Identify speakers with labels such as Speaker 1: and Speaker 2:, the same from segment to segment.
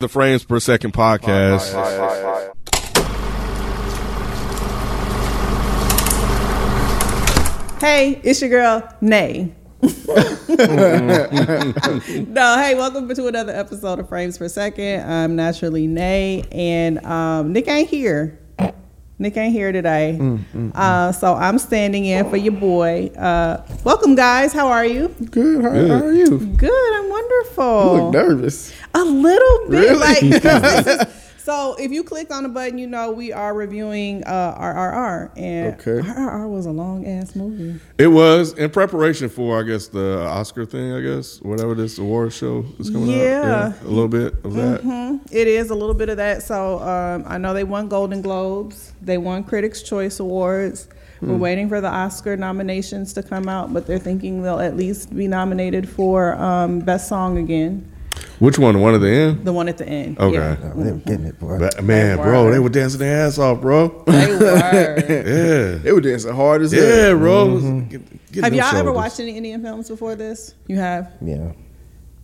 Speaker 1: The Frames Per Second podcast.
Speaker 2: Hey, it's your girl, Nay. no, hey, welcome to another episode of Frames Per Second. I'm naturally Nay, and um, Nick ain't here. Nick ain't here today.
Speaker 3: Mm,
Speaker 2: uh, so I'm standing in for your boy. Uh, welcome, guys. How are you?
Speaker 3: Good. How, how are you?
Speaker 2: Good. I'm
Speaker 3: You
Speaker 2: wonderful.
Speaker 3: look nervous.
Speaker 2: A little bit.
Speaker 3: Really?
Speaker 2: Like, 'cause this is- so if you clicked on the button, you know we are reviewing uh, RRR, and
Speaker 3: Okay.
Speaker 2: RRR was a long ass movie.
Speaker 1: It was in preparation for, I guess, the Oscar thing, I guess, whatever this award show is coming up.
Speaker 2: Yeah. Mm-hmm.
Speaker 1: A little bit of that.
Speaker 2: It is a little bit of that. So um, I know they won Golden Globes, they won Critics' Choice Awards. We're
Speaker 1: Hmm.
Speaker 2: waiting for the Oscar nominations to come out, but they're thinking they'll at least be nominated for um, Best Song again,
Speaker 1: Which one? The one at the end?
Speaker 2: the one at the end.
Speaker 1: Okay.
Speaker 2: Yeah.
Speaker 3: Oh, They were getting it, boy.
Speaker 1: But, man,
Speaker 2: They
Speaker 1: bro,
Speaker 2: were.
Speaker 1: they were dancing their ass off, bro.
Speaker 2: They were.
Speaker 1: Yeah. mm-hmm.
Speaker 3: They were dancing hard as
Speaker 1: Yeah,
Speaker 3: hell.
Speaker 1: bro. Get- get
Speaker 2: have
Speaker 1: them
Speaker 2: y'all ever
Speaker 1: shoulders.
Speaker 2: watched any Indian films before this? You have?
Speaker 3: Yeah.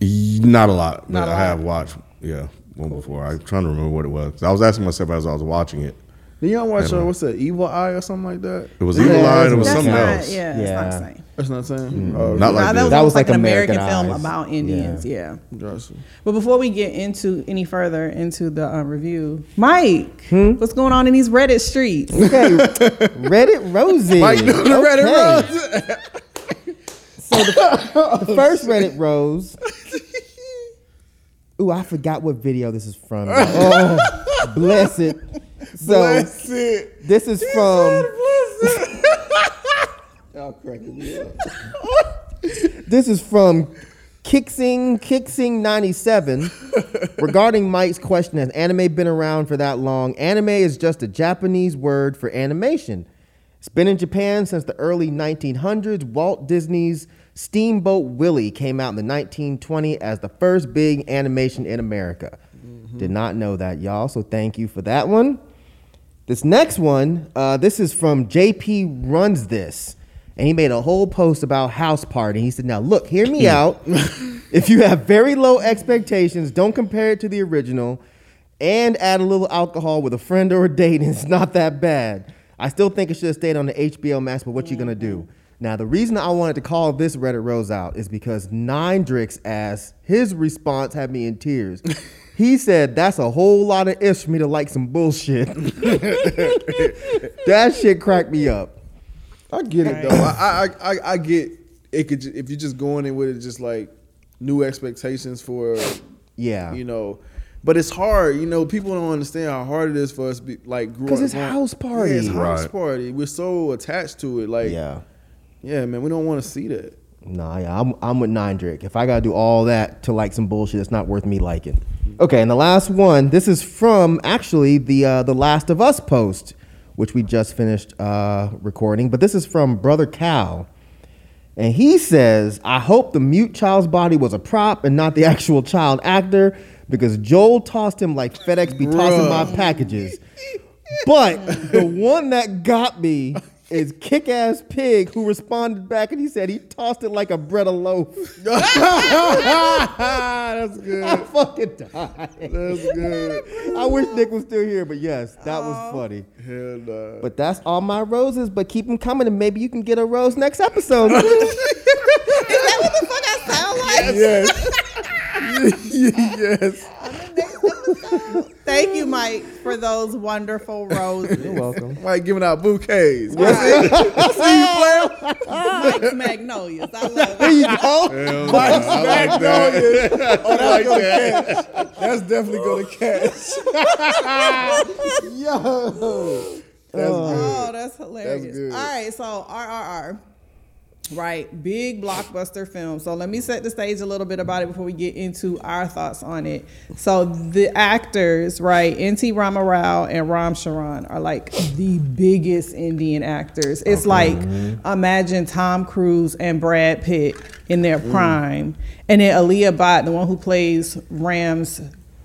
Speaker 1: Y- Not a lot, but
Speaker 2: Not a
Speaker 1: I
Speaker 2: lot.
Speaker 1: have watched. Yeah, one before. I'm trying to remember what it was. I was asking myself as I was watching it.
Speaker 3: Did y'all watch
Speaker 1: Yeah.
Speaker 3: uh, what's that? Evil Eye or something like that?
Speaker 1: It was
Speaker 3: Yeah,
Speaker 1: Evil Mm-hmm. Eye. and It was
Speaker 3: that's
Speaker 1: something
Speaker 2: not,
Speaker 1: else.
Speaker 2: Yeah, it's not the
Speaker 4: Yeah.
Speaker 2: same.
Speaker 3: That's not saying. Oh,
Speaker 1: Not
Speaker 2: Nah,
Speaker 1: like
Speaker 2: that was,
Speaker 1: this.
Speaker 2: almost like an American film about Indians. yeah.
Speaker 3: Gotcha.
Speaker 2: But before we get into any further into the um, review, Mike, what's going on in these Reddit streets?
Speaker 4: Okay, Reddit Rosie.
Speaker 3: Mike doing the Reddit
Speaker 4: Rose. so the, the first Reddit Rose. Ooh, I forgot what video this is from. Oh, bless it. So
Speaker 3: That's it.
Speaker 4: this is from Oh,
Speaker 3: Y'all cracking me up.
Speaker 4: this is from Kixing Kixing ninety seven. Regarding Mike's question, has anime been around for that long? Anime is just a Japanese word for animation. It's been in Japan since the early 1900s. Walt Disney's Steamboat Willie came out in the 1920 as the first big animation in America. Did not know that, y'all. So thank you for that one. This next one, uh, this is from JP Runs This. And he made a whole post about house party. He said, Now look, hear me out. if you have very low expectations, don't compare it to the original and add a little alcohol with a friend or a date, and it's not that bad. I still think it should have stayed on the HBO Max, but what you gonna do? Now, the reason I wanted to call this Reddit Rose out is because Nindrix asked, his response had me in tears. He said, That's a whole lot of ifs for me to like some bullshit. that shit cracked me up.
Speaker 3: I get it though. I, I I I get it. Could ju- if you just going in with it, just like new expectations for
Speaker 4: Yeah.
Speaker 3: you know. But it's hard, you know. People don't understand how hard it is for us, be, like, growing
Speaker 4: 'Cause it's
Speaker 3: growing-
Speaker 4: house party.
Speaker 3: Yeah, it's house
Speaker 1: Right.
Speaker 3: party. We're so attached to it, like,
Speaker 4: Yeah.
Speaker 3: yeah, man. We don't want to see that.
Speaker 4: Nah, yeah, I'm, I'm with Nindrick. If I gotta do all that to like some bullshit, it's not worth me liking. Okay, and the last one. This is from actually the uh, the Last of Us post, which we just finished uh, recording. But this is from Brother Cal, and he says, "I hope the mute child's body was a prop and not the actual child actor, because Joel tossed him like FedEx be tossing my packages." But the one that got me is Kick Ass Pig, who responded back and he said he tossed it like a bread of loaf.
Speaker 3: That's good.
Speaker 4: I fucking died.
Speaker 3: That's good.
Speaker 4: I wish Nick was still here, but yes, that was funny.
Speaker 3: Hell nah.
Speaker 4: But that's all my roses, but keep them coming and maybe you can get a rose next episode.
Speaker 2: Is that what the fuck I sound like?
Speaker 3: Yes. yes.
Speaker 2: Thank you, Mike, for those wonderful roses.
Speaker 4: You're welcome.
Speaker 3: Like giving out bouquets. That's it.
Speaker 2: Mike's magnolias. I love
Speaker 4: There
Speaker 2: it.
Speaker 4: you go.
Speaker 1: Hell yeah, I like that.
Speaker 3: that's gonna catch. That's definitely gonna catch.
Speaker 4: Yo.
Speaker 2: Oh, that's hilarious.
Speaker 3: That's good.
Speaker 2: All right, so RRR. Right, big blockbuster film. So let me set the stage a little bit about it before we get into our thoughts on it. So the actors, right, N.T. Rama Rao and Ram Charan are like the biggest Indian actors. It's like imagine Tom Cruise and Brad
Speaker 3: Mm.
Speaker 2: Pitt in their prime, and then Aaliyah Bhatt, the one who plays Ram's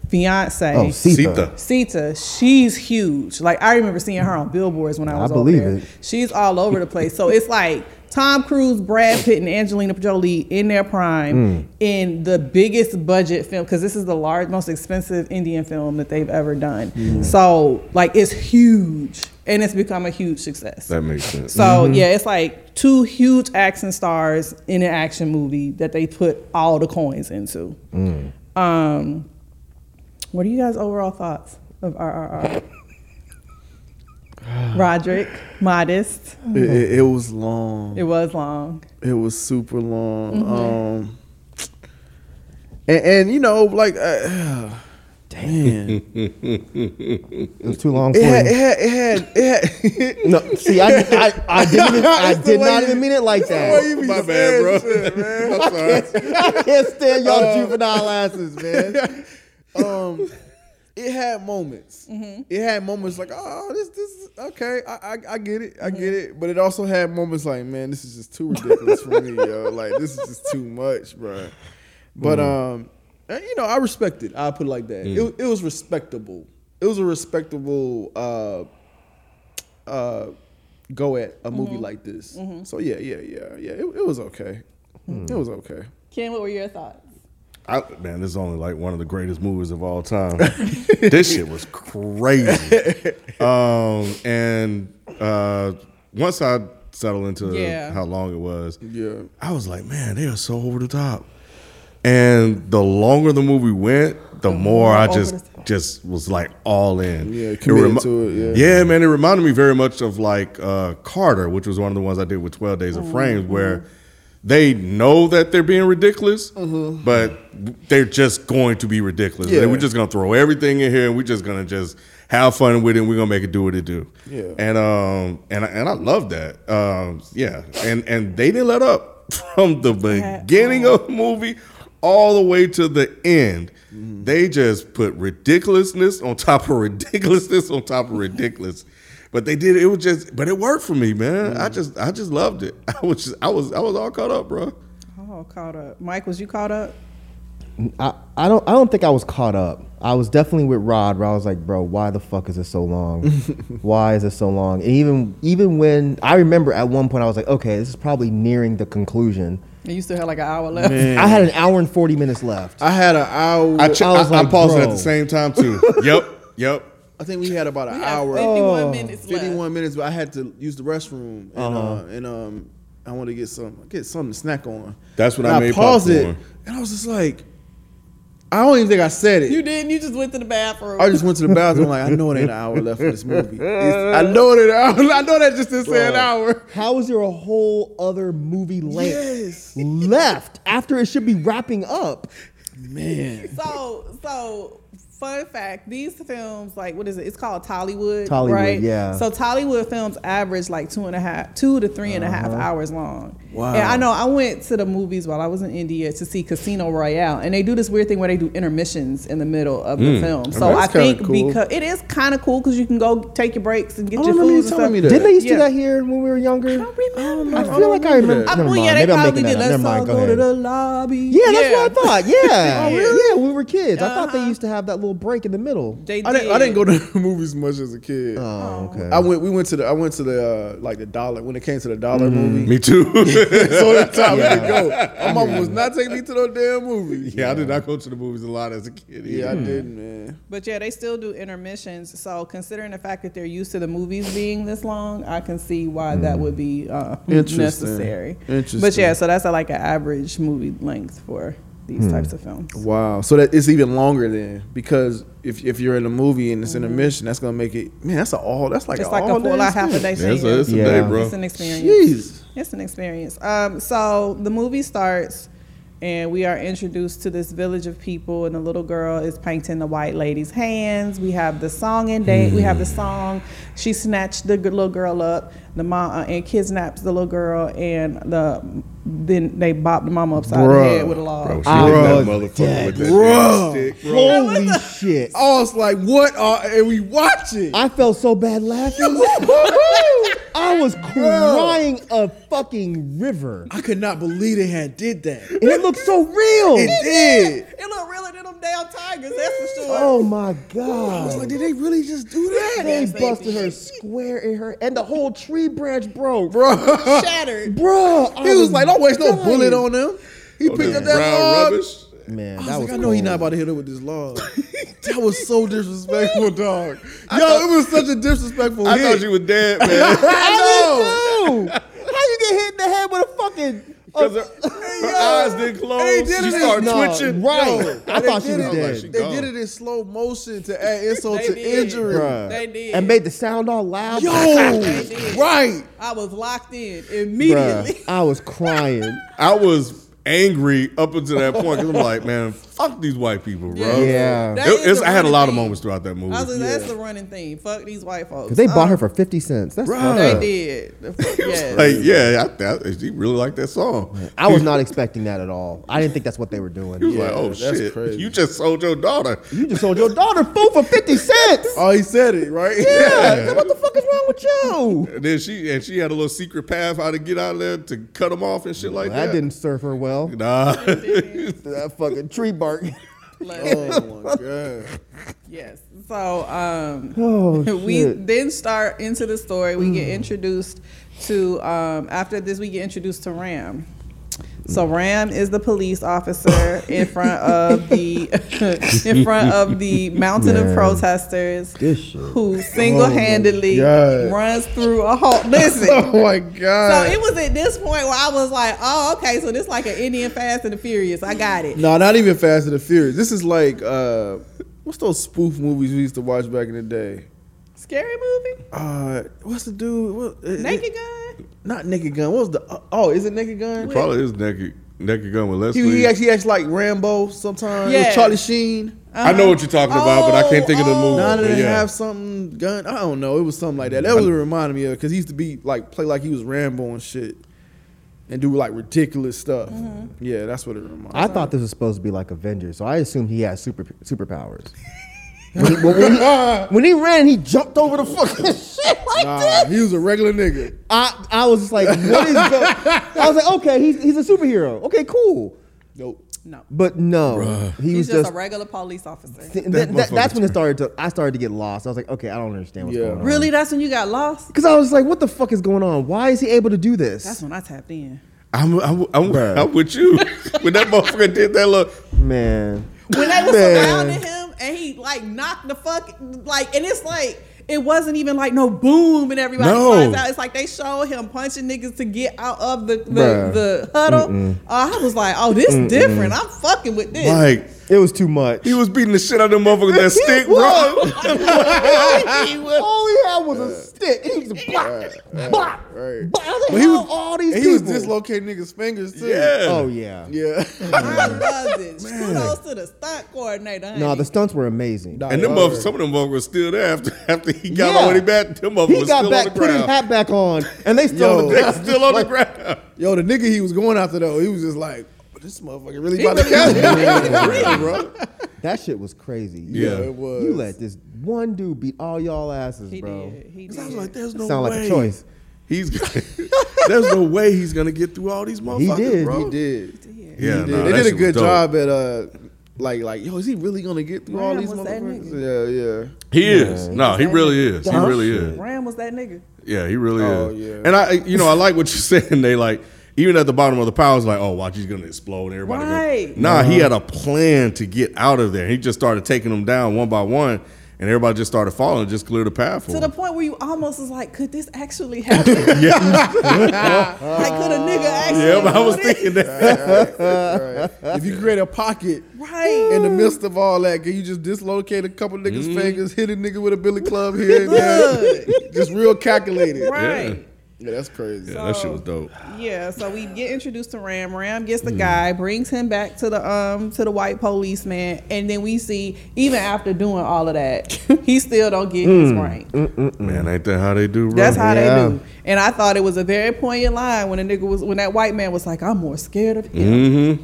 Speaker 2: fiance.
Speaker 4: Oh, Sita.
Speaker 1: Sita.
Speaker 2: Sita, she's huge. Like I remember seeing her on billboards when I
Speaker 4: I
Speaker 2: was
Speaker 4: believe
Speaker 2: over there.
Speaker 4: it.
Speaker 2: She's all over the place. So it's like Tom Cruise, Brad Pitt, and Angelina Jolie in their
Speaker 4: Hmm.
Speaker 2: prime in the biggest budget film because this is the large, most expensive Indian film that they've ever done.
Speaker 4: Hmm.
Speaker 2: So like it's huge, and it's become a huge success.
Speaker 1: That makes sense.
Speaker 2: So yeah, it's like two huge action stars in an action movie that they put all the coins into. Um, what are you guys' overall thoughts of RRR? Roderick, modest.
Speaker 3: It, it, it was long.
Speaker 2: It was long.
Speaker 3: It was super long. Um, and, and you know, like, uh, damn,
Speaker 4: It was too long.
Speaker 3: it
Speaker 4: for
Speaker 3: had,
Speaker 4: you.
Speaker 3: it had, it had, it had
Speaker 4: No, see, I, I, I didn't, even, I
Speaker 3: It's the
Speaker 4: did
Speaker 3: way
Speaker 4: not
Speaker 3: you-
Speaker 4: even mean it like
Speaker 3: Why you
Speaker 4: that.
Speaker 3: be
Speaker 1: My bad, bro.
Speaker 3: saying shit, man?
Speaker 1: I'm sorry.
Speaker 4: I can't stand y'all juvenile asses, man.
Speaker 3: um, it had moments. It had moments like, oh, this, this, is- okay, I, I, I get it, I get it. But it also had moments like, man, this is just too ridiculous for me, yo. Like, this is just too much, bro. But um, and, you know, I respect it. I put it like that. It, wa- it was respectable. It was a respectable uh, uh, go at a movie like this. So yeah, yeah, yeah, yeah. It, it was okay. It was okay.
Speaker 2: Ken, what were your thoughts?
Speaker 1: I, man, this is only like one of the greatest movies of all time. this shit was crazy. Um, and uh, once I settled into
Speaker 2: Yeah.
Speaker 1: how long it was,
Speaker 3: Yeah.
Speaker 1: I was like, man, they are so over the top. And the longer the movie went, the, more,
Speaker 2: more
Speaker 1: I
Speaker 2: over
Speaker 1: just
Speaker 2: the top.
Speaker 1: just was like all in.
Speaker 3: Yeah, committed to it, yeah.
Speaker 1: man, it reminded me very much of like uh, Carter, which was one of the ones I did with Twelve Days of
Speaker 2: Mm-hmm,
Speaker 1: Frames, where they know that they're being ridiculous, but they're just going to be ridiculous.
Speaker 3: Mm-hmm. Yeah.
Speaker 1: We're just gonna throw everything in here, and we're just gonna just have fun with it. and We're gonna make it do what it do.
Speaker 3: Yeah.
Speaker 1: And um and I- and I love that. Um yeah. And and they didn't let up from the
Speaker 2: At
Speaker 1: beginning of the movie all the way to the end.
Speaker 4: Mm.
Speaker 1: They just put ridiculousness on top of ridiculousness on top of ridiculous. But they did it was just but it worked for me, man.
Speaker 4: Mm.
Speaker 1: I just I just loved it. I was just I was I was all caught up, bro.
Speaker 2: Oh, caught up. Mike, was you caught up?
Speaker 4: I, I don't, I don't think I was caught up. I was definitely with Rod, where I was like, bro, why the fuck is it so long? why is it so long? And even, even when I remember at one point, I was like, okay, this is probably nearing the conclusion.
Speaker 2: And you still had like an hour left.
Speaker 4: I had an hour and forty minutes left.
Speaker 3: I had an hour.
Speaker 1: I ch-
Speaker 4: I
Speaker 1: I,
Speaker 4: was
Speaker 1: I
Speaker 4: like,
Speaker 1: paused it at
Speaker 4: bro.
Speaker 1: the same time too. yep. Yep.
Speaker 3: I think we had about an
Speaker 2: We had
Speaker 3: hour,
Speaker 2: 51 minutes left.
Speaker 3: 51 minutes, but I had to use the restroom and,
Speaker 1: Uh-huh.
Speaker 3: uh and um, I wanted to get some get something to snack on.
Speaker 1: That's when
Speaker 3: And
Speaker 1: I made popcorn.
Speaker 3: and I was just like, I don't even think I said it.
Speaker 2: You didn't. You just went to the bathroom.
Speaker 3: I just went to the bathroom like I know it ain't an hour left for this movie.
Speaker 4: Uh.
Speaker 3: It's- I know it. Ain't an hour, I know that just didn't say an hour.
Speaker 4: How is there a whole other movie length
Speaker 3: Yes,
Speaker 4: left after it should be wrapping up?
Speaker 3: man.
Speaker 2: so so fun fact these films like what is it it's called tollywood
Speaker 4: Tollywood,
Speaker 2: right
Speaker 4: yeah.
Speaker 2: so tollywood films average like two and a half two to three and a
Speaker 4: Uh-huh.
Speaker 2: half hours long
Speaker 3: Wow.
Speaker 2: and i know i went to the movies while i was in india to see casino royale and they do this weird thing where they do intermissions in the middle of
Speaker 4: Hmm.
Speaker 2: the
Speaker 4: Oh,
Speaker 2: film so i
Speaker 3: That's kinda
Speaker 2: think
Speaker 3: cool.
Speaker 2: because it is kind of cool because you can go take your breaks and get
Speaker 3: I
Speaker 4: Oh,
Speaker 2: your food
Speaker 3: don't remember you
Speaker 2: and stuff
Speaker 3: telling me that.
Speaker 4: Didn't they used to do
Speaker 2: Yeah.
Speaker 4: that here when we were
Speaker 2: I
Speaker 4: younger?
Speaker 2: don't remember.
Speaker 4: I feel like I remember.
Speaker 2: I-
Speaker 4: Never
Speaker 2: well,
Speaker 4: mind.
Speaker 2: yeah, they
Speaker 4: Maybe I'm
Speaker 2: probably
Speaker 4: making
Speaker 2: did.
Speaker 4: that up.
Speaker 2: Let's
Speaker 4: Never
Speaker 2: all
Speaker 4: mind. Go
Speaker 2: go to
Speaker 4: ahead.
Speaker 2: the lobby.
Speaker 4: Yeah, that's what I thought. Yeah.
Speaker 2: Oh, really?
Speaker 4: Yeah, we were kids. I thought they
Speaker 2: Uh-huh.
Speaker 4: used to have that little break in the middle.
Speaker 2: They
Speaker 3: I didn't. I didn't go to the movies much as a kid.
Speaker 4: Oh, okay.
Speaker 3: I went. We went to the. I went to the uh, like the dollar when it came to the dollar
Speaker 1: Mm.
Speaker 3: movie.
Speaker 1: Me too.
Speaker 3: so that's how we could go. My mom was not taking me to no damn movie.
Speaker 1: yeah, I did not go to the movies a lot as a kid.
Speaker 3: Yeah,
Speaker 1: either.
Speaker 3: I didn't, man.
Speaker 2: But yeah, they still do intermissions. So considering the fact that they're used to the movies being this long, I can see why that would be uh,
Speaker 3: Interesting.
Speaker 2: necessary. But yeah,
Speaker 3: Interesting.
Speaker 2: so that's uh like an average movie length for these types of films.
Speaker 3: Wow. So that it's even longer then because if if you're in a movie and it's intermission, that's gonna make it man. That's a all. That's like
Speaker 2: It's
Speaker 3: a
Speaker 2: like
Speaker 3: all
Speaker 2: a full out half a day
Speaker 1: Yeah,
Speaker 2: thing.
Speaker 1: it's a, it's a
Speaker 4: Yeah.
Speaker 1: day, bro.
Speaker 2: It's an experience.
Speaker 3: Jeez.
Speaker 2: It's an experience. Um, so the movie starts, and we are introduced to this village of people, and the little girl is painting the white lady's hands. We have the song and date. We have
Speaker 4: Hmm.
Speaker 2: the song. She snatched the g- little girl up. The mom uh, and kidnaps the little girl, and the then they bop the mama upside
Speaker 3: Bruh.
Speaker 2: the head with a log.
Speaker 1: Bro, she
Speaker 4: I
Speaker 1: hit
Speaker 4: was
Speaker 1: that motherfucker
Speaker 4: dead.
Speaker 1: with that damn
Speaker 3: Bro.
Speaker 1: stick, bro.
Speaker 4: Holy shit.
Speaker 3: Oh. I was like, what are and we watching?
Speaker 4: I felt so bad laughing. I was crying a fucking river.
Speaker 3: I could not believe they had did that.
Speaker 4: And it looked so real.
Speaker 3: It did.
Speaker 2: It look realer than them damn tigers, that's for sure.
Speaker 4: Oh my
Speaker 3: I was
Speaker 4: god.
Speaker 3: like, did they really just do that?
Speaker 4: They
Speaker 2: baby.
Speaker 4: busted her square in her and the whole tree branch broke. Bro,
Speaker 3: Bro,
Speaker 2: Shattered.
Speaker 4: bro
Speaker 3: he was like, don't waste no bullet on them. He picked up that log.
Speaker 1: Oh, rubbish.
Speaker 4: Man,
Speaker 3: I was
Speaker 4: that
Speaker 3: like,
Speaker 4: was
Speaker 3: I know he
Speaker 4: cold.
Speaker 3: not about to hit her with this log. that was so disrespectful, dog. Yo, it was such a disrespectful
Speaker 1: I
Speaker 3: hit.
Speaker 1: thought you were dead, man.
Speaker 4: I know. How you get hit in the head with a fucking uh,
Speaker 1: Because her, her eyes didn't
Speaker 3: They
Speaker 1: close.
Speaker 3: did
Speaker 1: She
Speaker 3: it.
Speaker 1: started
Speaker 4: No,
Speaker 1: twitching.
Speaker 4: Right. I
Speaker 3: They
Speaker 4: thought she
Speaker 3: did
Speaker 4: was
Speaker 3: it-
Speaker 1: dead.
Speaker 3: They did it in slow motion to add insult
Speaker 2: They
Speaker 3: to
Speaker 2: did.
Speaker 3: injury.
Speaker 4: Bruh.
Speaker 2: They did.
Speaker 4: and made the sound all loud.
Speaker 3: Yo,
Speaker 2: did.
Speaker 3: right.
Speaker 2: I was locked in
Speaker 4: Bruh,
Speaker 2: immediately.
Speaker 4: I was crying.
Speaker 1: I was angry up until that point because I'm like, man, fuck these white people, bro.
Speaker 4: Yeah.
Speaker 2: That
Speaker 1: It-
Speaker 2: is
Speaker 1: it's-
Speaker 2: the
Speaker 1: I had a
Speaker 2: running
Speaker 1: lot of
Speaker 2: thing.
Speaker 1: moments throughout that movie.
Speaker 2: I was like, that's the running theme. Fuck these white folks.
Speaker 4: Cause they bought
Speaker 2: Um,
Speaker 4: her for fifty cents. That's
Speaker 1: Bruh.
Speaker 4: fucked
Speaker 2: They
Speaker 4: up.
Speaker 2: did. The fuck- Yes.
Speaker 1: Like, yeah, I, I, she really liked that song.
Speaker 4: I was not expecting that at all. I didn't think that's what they were
Speaker 1: He was
Speaker 4: doing.
Speaker 1: like,
Speaker 3: Yeah,
Speaker 1: oh
Speaker 3: that's
Speaker 1: shit,
Speaker 3: crazy.
Speaker 1: you just sold your daughter.
Speaker 4: You just sold your daughter food for fifty cents.
Speaker 3: Oh, he said it, right?
Speaker 4: Yeah. What the fuck is wrong with you?
Speaker 1: And then she and she had a little secret path how to get out of there to cut them off and shit like that.
Speaker 4: That didn't serve her well.
Speaker 1: Nah.
Speaker 4: That fucking tree bark.
Speaker 2: Like,
Speaker 3: Oh my god.
Speaker 2: yes. So um,
Speaker 4: Oh
Speaker 2: we
Speaker 4: shit. Mm.
Speaker 2: then start into the story. We get introduced to um, after this. We get introduced to Ram. So Ram is the police officer in front of the in front of the mountain of
Speaker 4: Man.
Speaker 2: protesters
Speaker 4: This shit.
Speaker 2: who single-handedly
Speaker 3: Oh my God.
Speaker 2: runs through a halt. Listen,
Speaker 3: Oh my
Speaker 2: So
Speaker 3: god.
Speaker 2: it was at this point where I was like, oh, okay, so this like an Indian Fast and the Furious. I got it.
Speaker 3: no, not even Fast and the Furious. This is like uh what's those spoof movies we used to watch back in the day?
Speaker 2: Scary movie?
Speaker 3: Uh what's the dude? What, it-
Speaker 2: Naked Gun?
Speaker 3: it- not Naked Gun. What was the oh, is it Naked Gun?
Speaker 1: It probably is naked naked gun with Leslie.
Speaker 3: He, he actually acts like Rambo sometimes. It
Speaker 2: Yeah.
Speaker 3: was Charlie Sheen.
Speaker 1: I know what you're talking about, but I can't think of the
Speaker 2: Oh,
Speaker 1: movie.
Speaker 3: Nine and
Speaker 1: But
Speaker 3: a
Speaker 1: yeah.
Speaker 3: half something gun. I don't know. It was something like that. That was what it reminded me of because he used to be like play like he was Rambo and shit, and do like ridiculous stuff. Yeah, that's what it reminded.
Speaker 4: I thought this was supposed to be like Avengers, so I assumed he had super superpowers. when, he, when he- when he ran, he jumped over the fucking shit like
Speaker 3: Nah,
Speaker 4: this.
Speaker 3: he was a regular nigga.
Speaker 4: I, I was just like, what is go-? I was like, okay, he's, he's a superhero. Okay, cool.
Speaker 3: Nope.
Speaker 2: No.
Speaker 4: But no, he
Speaker 2: He's,
Speaker 4: was
Speaker 2: just,
Speaker 4: just.
Speaker 2: a regular police officer.
Speaker 4: th- th- th-
Speaker 1: motherfucker
Speaker 4: that's when it started to. I started to get lost. I was like, okay, I don't understand what's
Speaker 3: Yeah.
Speaker 4: going on.
Speaker 2: Really? That's when you got lost?
Speaker 4: Because I was like, what the fuck is going on? Why is he able to do this?
Speaker 2: That's when I tapped in.
Speaker 1: I'm, I'm, I'm,
Speaker 4: Bruh.
Speaker 1: I'm with you. when that motherfucker did that look,
Speaker 4: Man.
Speaker 2: When they was
Speaker 4: Man.
Speaker 2: surrounding him and he like knocked the fuck like and it's like it wasn't even like no boom and everybody
Speaker 1: No.
Speaker 2: finds out. It's like they showed him punching niggas to get out of the the,
Speaker 4: Bruh.
Speaker 2: the huddle. Uh, I was like, oh, this different. I'm fucking with this.
Speaker 1: like
Speaker 4: It was too much.
Speaker 1: he was beating the shit out of them motherfuckers with that stick, bro.
Speaker 4: All he had was a stick. He was blah, blah,
Speaker 3: right.
Speaker 4: blah. I was like,
Speaker 3: But he
Speaker 4: how
Speaker 3: was-
Speaker 4: all these
Speaker 3: And he
Speaker 4: people.
Speaker 3: was dislocating niggas' fingers too.
Speaker 1: Yeah.
Speaker 4: Oh yeah.
Speaker 3: Yeah.
Speaker 2: I loved it. Kudos to the stunt coordinator.
Speaker 4: No, the
Speaker 2: honey.
Speaker 4: stunts were amazing.
Speaker 3: Nah,
Speaker 1: And them
Speaker 3: y'all
Speaker 1: motherf-
Speaker 3: are-
Speaker 1: some of them motherfuckers were still there after after he got
Speaker 4: Yeah.
Speaker 1: all the way back. Them motherfuckers
Speaker 4: He
Speaker 1: was
Speaker 4: got
Speaker 1: still
Speaker 4: back,
Speaker 1: on the
Speaker 4: put his
Speaker 1: ground.
Speaker 4: hat back on, and they
Speaker 3: Yo.
Speaker 4: still.
Speaker 1: They still on the ground.
Speaker 3: Yo, the nigga he was going after though, he was just like, "Oh, this motherfucker really
Speaker 2: He
Speaker 3: about to
Speaker 2: really-
Speaker 3: catch me.
Speaker 2: Yeah.
Speaker 3: bro.
Speaker 4: That shit was crazy.
Speaker 1: Yeah.
Speaker 3: Yeah, it was.
Speaker 4: You let this one dude beat all y'all asses,
Speaker 2: He
Speaker 4: bro.
Speaker 2: did. He did.
Speaker 3: I was like, there's no
Speaker 4: Sound
Speaker 3: way.
Speaker 4: like a choice.
Speaker 1: He's there's no way he's gonna get through all these motherfuckers,
Speaker 4: did.
Speaker 1: bro.
Speaker 3: He did.
Speaker 1: Yeah,
Speaker 3: They did.
Speaker 1: nah,
Speaker 3: they
Speaker 1: that
Speaker 3: did a
Speaker 1: shit was
Speaker 3: good
Speaker 1: dope.
Speaker 3: job at uh, like like yo, is he really gonna get through all
Speaker 2: Ram
Speaker 3: these
Speaker 2: was that
Speaker 3: motherfuckers? Yeah, yeah.
Speaker 1: He is. No, he really is. He
Speaker 4: Dumb
Speaker 1: really
Speaker 4: shit.
Speaker 1: is.
Speaker 2: Ram was that nigga.
Speaker 1: Yeah, he really
Speaker 3: Oh,
Speaker 1: is.
Speaker 3: yeah.
Speaker 1: And I, you know, I like what you're saying. They like even at the bottom of the pile, it's like, oh, watch, he's gonna explode. and Everybody, gonna-
Speaker 2: Right. Uh-huh.
Speaker 1: Nah, he had a plan to get out of there. He just started taking them down one by one, and everybody just started falling, just cleared the path for
Speaker 2: To
Speaker 1: him.
Speaker 2: the point where you almost was like, could this actually happen? like, could a nigga actually?
Speaker 1: yeah, but I
Speaker 2: do
Speaker 1: was
Speaker 2: this?
Speaker 1: thinking that.
Speaker 3: Right. If you create a pocket
Speaker 2: Right.
Speaker 3: in the midst of all that, can you just dislocate a couple niggas'
Speaker 1: Mm-hmm.
Speaker 3: fingers, hit a nigga with a billy club here and there? just real calculated.
Speaker 2: Right.
Speaker 3: Yeah, that's crazy.
Speaker 1: Yeah, that shit was dope.
Speaker 2: Yeah. So we get introduced to Ram. Ram gets the
Speaker 1: Mm.
Speaker 2: guy, brings him back to the um to the white policeman, and then we see even after doing all of that, he still don't get his
Speaker 1: Mm.
Speaker 2: rank.
Speaker 1: Man, ain't that how they do, bro?
Speaker 2: That's how
Speaker 4: Yeah.
Speaker 2: they do. And I thought it was a very poignant line when a nigga was when that white man was like, "I'm more scared of him."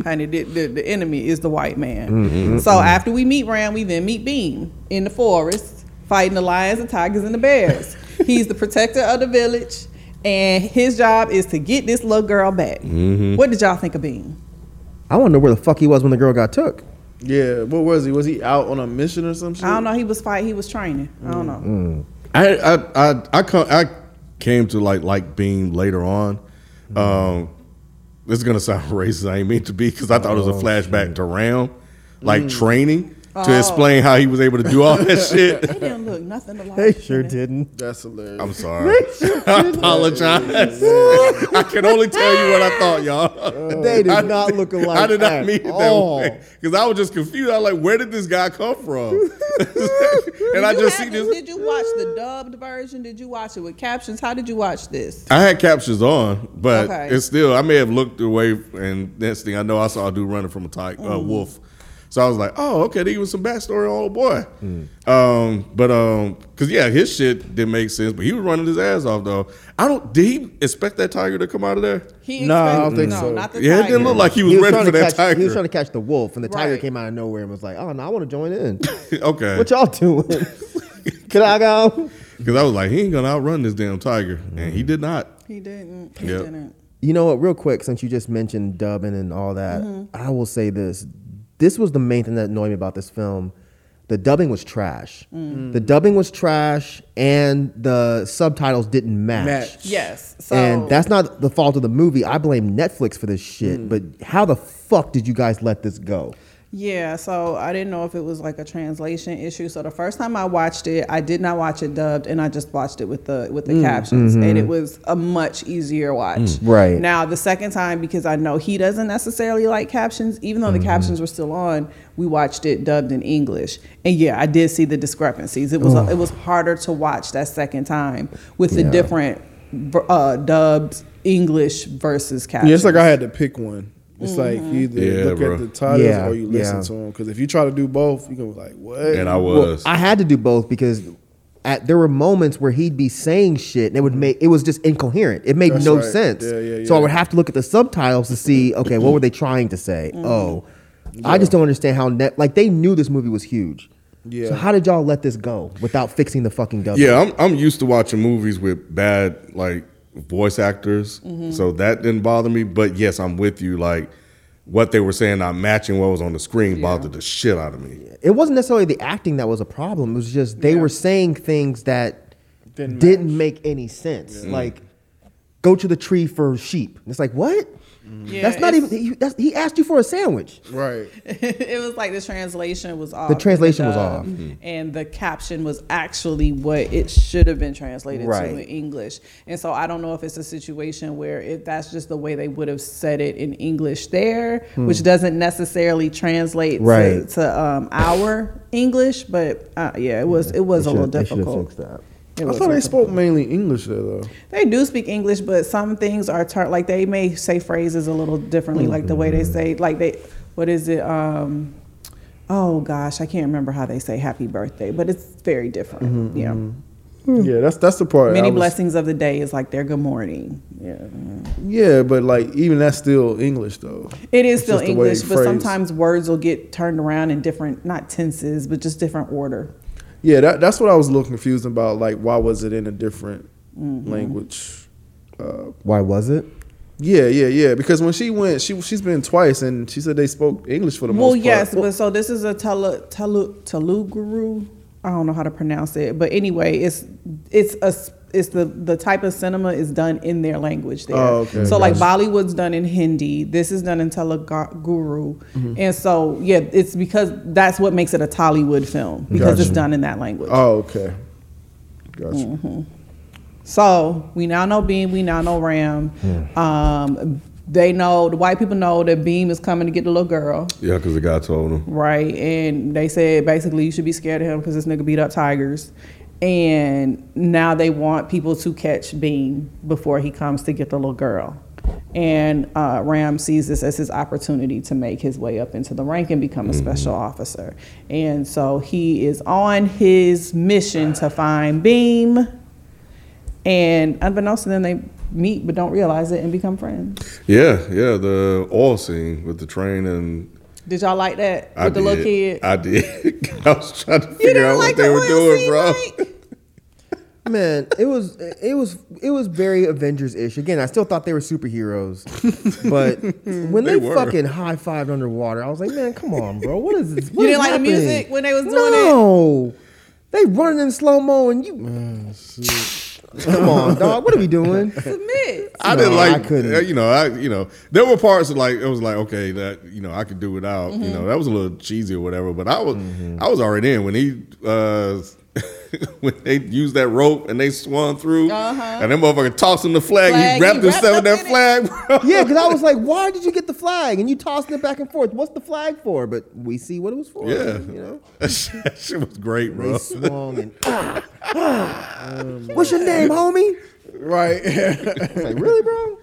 Speaker 2: Honey, the, the, the enemy is the white man. So after we meet Ram, we then meet Beam in the forest fighting the lions, the tigers, and the bears. He's the protector of the village, and his job is to get this little girl back.
Speaker 4: Mm-hmm.
Speaker 2: What did y'all think of Bean?
Speaker 4: I want to know where the fuck he was when the girl got took.
Speaker 3: Yeah, what was he? Was he out on a mission or some shit?
Speaker 2: I don't know. He was fight. He was training. I don't know.
Speaker 4: Mm-hmm.
Speaker 1: I I I I, come, I came to like like Beam later on.
Speaker 4: Mm-hmm.
Speaker 1: Um, this is gonna sound racist. I ain't mean to be because I thought it was
Speaker 4: Oh,
Speaker 1: a flashback to Ram, like
Speaker 4: Mm.
Speaker 1: training to
Speaker 2: Oh.
Speaker 1: explain how he was able to do all that shit.
Speaker 2: They didn't look nothing alike.
Speaker 4: They sure didn't.
Speaker 3: That's hilarious.
Speaker 1: I'm sorry. I apologize. I can only tell you what I thought, y'all.
Speaker 4: They Uh, did
Speaker 1: I
Speaker 4: not
Speaker 1: did-
Speaker 4: look alike.
Speaker 1: I did
Speaker 4: at
Speaker 1: not mean it that
Speaker 4: all.
Speaker 1: way because I was just confused. I was like, where did this guy come from? and I
Speaker 2: You
Speaker 1: just see
Speaker 2: had
Speaker 1: this.
Speaker 2: to- Did you watch the dubbed version? Did you watch it with captions? How did you watch this?
Speaker 1: I had captions on, but
Speaker 2: Okay.
Speaker 1: it's still. I may have looked away, and next thing I know, I saw a dude running from a tiger, uh,
Speaker 2: Mm.
Speaker 1: wolf. So I was like, "Oh, okay, there was some backstory on old boy."
Speaker 4: Mm.
Speaker 1: Um, but um, cause yeah, his shit didn't make sense. But he was running his ass off though. I don't. Did he expect that tiger to come out of there?
Speaker 2: He
Speaker 3: No, I don't
Speaker 2: expected-
Speaker 3: think
Speaker 2: no,
Speaker 3: so.
Speaker 2: Not the
Speaker 1: Yeah, it
Speaker 2: tiger.
Speaker 1: didn't look like he was,
Speaker 4: He was,
Speaker 1: ready
Speaker 4: trying
Speaker 1: for
Speaker 4: to
Speaker 1: that
Speaker 4: catch,
Speaker 1: tiger.
Speaker 4: he was trying to catch the wolf, and the tiger
Speaker 2: Right.
Speaker 4: came out of nowhere and was like, "Oh no, I want to join in.
Speaker 1: okay,
Speaker 4: What y'all doing? Can I go?"
Speaker 1: because I was like, he ain't gonna outrun this damn tiger, and
Speaker 4: Mm.
Speaker 1: he did not.
Speaker 2: He didn't. He
Speaker 1: Yep.
Speaker 2: didn't.
Speaker 4: You know what? Real quick, since you just mentioned dubbing and all that,
Speaker 1: Mm-hmm.
Speaker 4: I will say this: this was the main thing that annoyed me about this film. The dubbing was trash.
Speaker 1: Mm.
Speaker 4: The dubbing was trash, and the subtitles didn't match.
Speaker 3: Match.
Speaker 2: Yes. So
Speaker 4: and that's not the fault of the movie. I blame Netflix for this shit.
Speaker 1: Mm.
Speaker 4: But how the fuck did you guys let this go?
Speaker 2: Yeah, so I didn't know if it was like a translation issue. So the first time I watched it, I did not watch it dubbed, and I just watched it with the with the captions, and it was a much easier watch.
Speaker 4: Right.
Speaker 2: now, the second time because I know he doesn't necessarily like captions, even though the captions were still on, we watched it dubbed in English, and yeah, I did see the discrepancies. It was it was harder to watch that second time with the
Speaker 4: Yeah.
Speaker 2: different uh, dubbed English versus captions.
Speaker 3: yeah, it's like I had to pick one. It's like
Speaker 2: Mm-hmm.
Speaker 3: you either
Speaker 1: Yeah,
Speaker 3: look
Speaker 1: bro.
Speaker 3: at the titles
Speaker 4: Yeah,
Speaker 3: or you listen
Speaker 4: yeah.
Speaker 3: to them. Because if you try to do both, you're going to be like, what?
Speaker 1: And I
Speaker 4: Well,
Speaker 1: was.
Speaker 4: I had to do both because at there were moments where he'd be saying shit and it would make it was just incoherent. It made
Speaker 3: That's
Speaker 4: no
Speaker 3: right.
Speaker 4: sense.
Speaker 3: Yeah, yeah,
Speaker 4: So I
Speaker 3: yeah.
Speaker 4: would have to look at the subtitles to see, okay, what were they trying to say?
Speaker 3: Mm-hmm.
Speaker 4: Oh. I just don't understand how net like they knew this movie was huge.
Speaker 3: Yeah.
Speaker 4: So how did y'all let this go without fixing the fucking dub?
Speaker 1: Yeah, I'm I'm used to watching movies with bad like voice actors,
Speaker 2: Mm-hmm.
Speaker 1: so that didn't bother me. But yes, I'm with you. Like what they were saying, not matching what was on the screen, bothered the shit out of me.
Speaker 4: It wasn't necessarily the acting that was a problem. It was just they were saying things that didn't,
Speaker 3: Didn't
Speaker 4: make any sense. Like go to the tree for sheep. It's like what?
Speaker 2: Yeah,
Speaker 4: that's not
Speaker 2: it's-
Speaker 4: even he, that's, he asked you for a sandwich.
Speaker 3: Right.
Speaker 2: it was like the translation was off.
Speaker 4: translation was
Speaker 2: uh,
Speaker 4: off.
Speaker 3: Mm-hmm.
Speaker 2: And the caption was actually what it should have been translated
Speaker 4: Right.
Speaker 2: to in English. And so I don't know if it's a situation where if that's just the way they would have said it in English there, which doesn't necessarily translate
Speaker 4: Hmm. Right.
Speaker 2: to, to um, our English, but uh, yeah, it was it was a little difficult.
Speaker 4: that.
Speaker 2: It
Speaker 3: I
Speaker 2: was
Speaker 3: thought they
Speaker 2: difficult.
Speaker 3: spoke mainly English there, though.
Speaker 2: They do speak English, but some things are turned like they may say phrases a little differently, like the way
Speaker 3: Mm-hmm.
Speaker 2: they say like they what is it? Um, oh gosh, I can't remember how they say happy birthday, but it's very different. yeah,
Speaker 3: Yeah, that's that's the part. Mm-hmm, I
Speaker 2: many
Speaker 3: was-
Speaker 2: blessings of the day is like their good morning. Yeah,
Speaker 3: Yeah, but like even that's still English though.
Speaker 2: It is
Speaker 3: It's
Speaker 2: still
Speaker 3: just the way
Speaker 2: English,
Speaker 3: it's
Speaker 2: but
Speaker 3: phrased.
Speaker 2: sometimes words will get turned around in different not tenses, but just different order.
Speaker 3: Yeah, that, that's what I was a little confused about. Like, why was it in a different
Speaker 2: Mm-hmm.
Speaker 3: language? Uh,
Speaker 4: Why was it?
Speaker 3: yeah, yeah, yeah. Because when she went, she she's been twice, and she said they spoke English for the
Speaker 2: Well,
Speaker 3: most
Speaker 2: yes,
Speaker 3: part.
Speaker 2: but so this is a tele, tele, Telugu. I don't know how to pronounce it, but anyway, it's it's a s- it's the the type of cinema is done in their language there.
Speaker 3: Oh, okay.
Speaker 2: So like Bollywood's done in Hindi, this is done in Telugu,
Speaker 3: Mm-hmm.
Speaker 2: and so yeah, it's because that's what makes it a Tollywood film because it's
Speaker 3: Gotcha.
Speaker 2: done in that language.
Speaker 3: oh, okay. Gotcha.
Speaker 2: Mm. So we now know Beam, we now know Ram. Um, they know the white people know that Beam is coming to get the little girl.
Speaker 1: Yeah, because the guy told him.
Speaker 2: right? And they said basically you should be scared of him because this nigga beat up tigers. And now they want people to catch Bean before he comes to get the little girl. And uh, Ram sees this as his opportunity to make his way up into the rank and become a
Speaker 1: Mm-hmm.
Speaker 2: special officer. And so he is on his mission to find Beam. And unbeknownst to them, they meet but don't realize it and become friends.
Speaker 1: Yeah, yeah, the oil scene with the train and
Speaker 2: Did y'all like that with
Speaker 1: I
Speaker 2: the little
Speaker 1: did.
Speaker 2: kid?
Speaker 1: I did. I was trying to
Speaker 2: You
Speaker 1: figure
Speaker 2: didn't
Speaker 1: out what
Speaker 2: like
Speaker 1: they
Speaker 2: the
Speaker 1: were
Speaker 2: oil
Speaker 1: doing,
Speaker 2: scene,
Speaker 1: bro.
Speaker 2: Mike?
Speaker 4: Man, it was it was it was very Avengers ish. Again, I still thought they were superheroes, but when
Speaker 1: They
Speaker 4: they,
Speaker 1: were.
Speaker 4: fucking high fived underwater, I was like, man, come on, bro, what is this? What
Speaker 2: You
Speaker 4: is
Speaker 2: didn't like the
Speaker 4: happening?
Speaker 2: music when they was doing
Speaker 4: no. they running in slow mo and you. come on, dog, what are we doing?
Speaker 2: Submit.
Speaker 1: I
Speaker 4: No,
Speaker 1: didn't like.
Speaker 4: I couldn't.
Speaker 1: uh, You know, I you know there were parts of like it was like okay that you know I could do without. You know that was a little cheesy or whatever. But I was I was already in when he uh when they used that rope and they swung through
Speaker 2: Uh-huh.
Speaker 1: and that motherfucker tossed him the flag.
Speaker 2: Flag,
Speaker 1: and he wrapped
Speaker 2: he wrapped
Speaker 1: himself in
Speaker 2: up
Speaker 1: that
Speaker 2: in it.
Speaker 1: flag. Bro.
Speaker 4: Yeah, because I was like, why did you get the flag? And you tossing it back and forth. What's the flag for? But we see what it was for.
Speaker 1: Yeah,
Speaker 4: you know.
Speaker 1: that, shit, that shit was great,
Speaker 4: They
Speaker 1: bro.
Speaker 4: swung and ah, ah. what's your name, homie?
Speaker 3: Oh, Right.
Speaker 4: I was like, really, bro?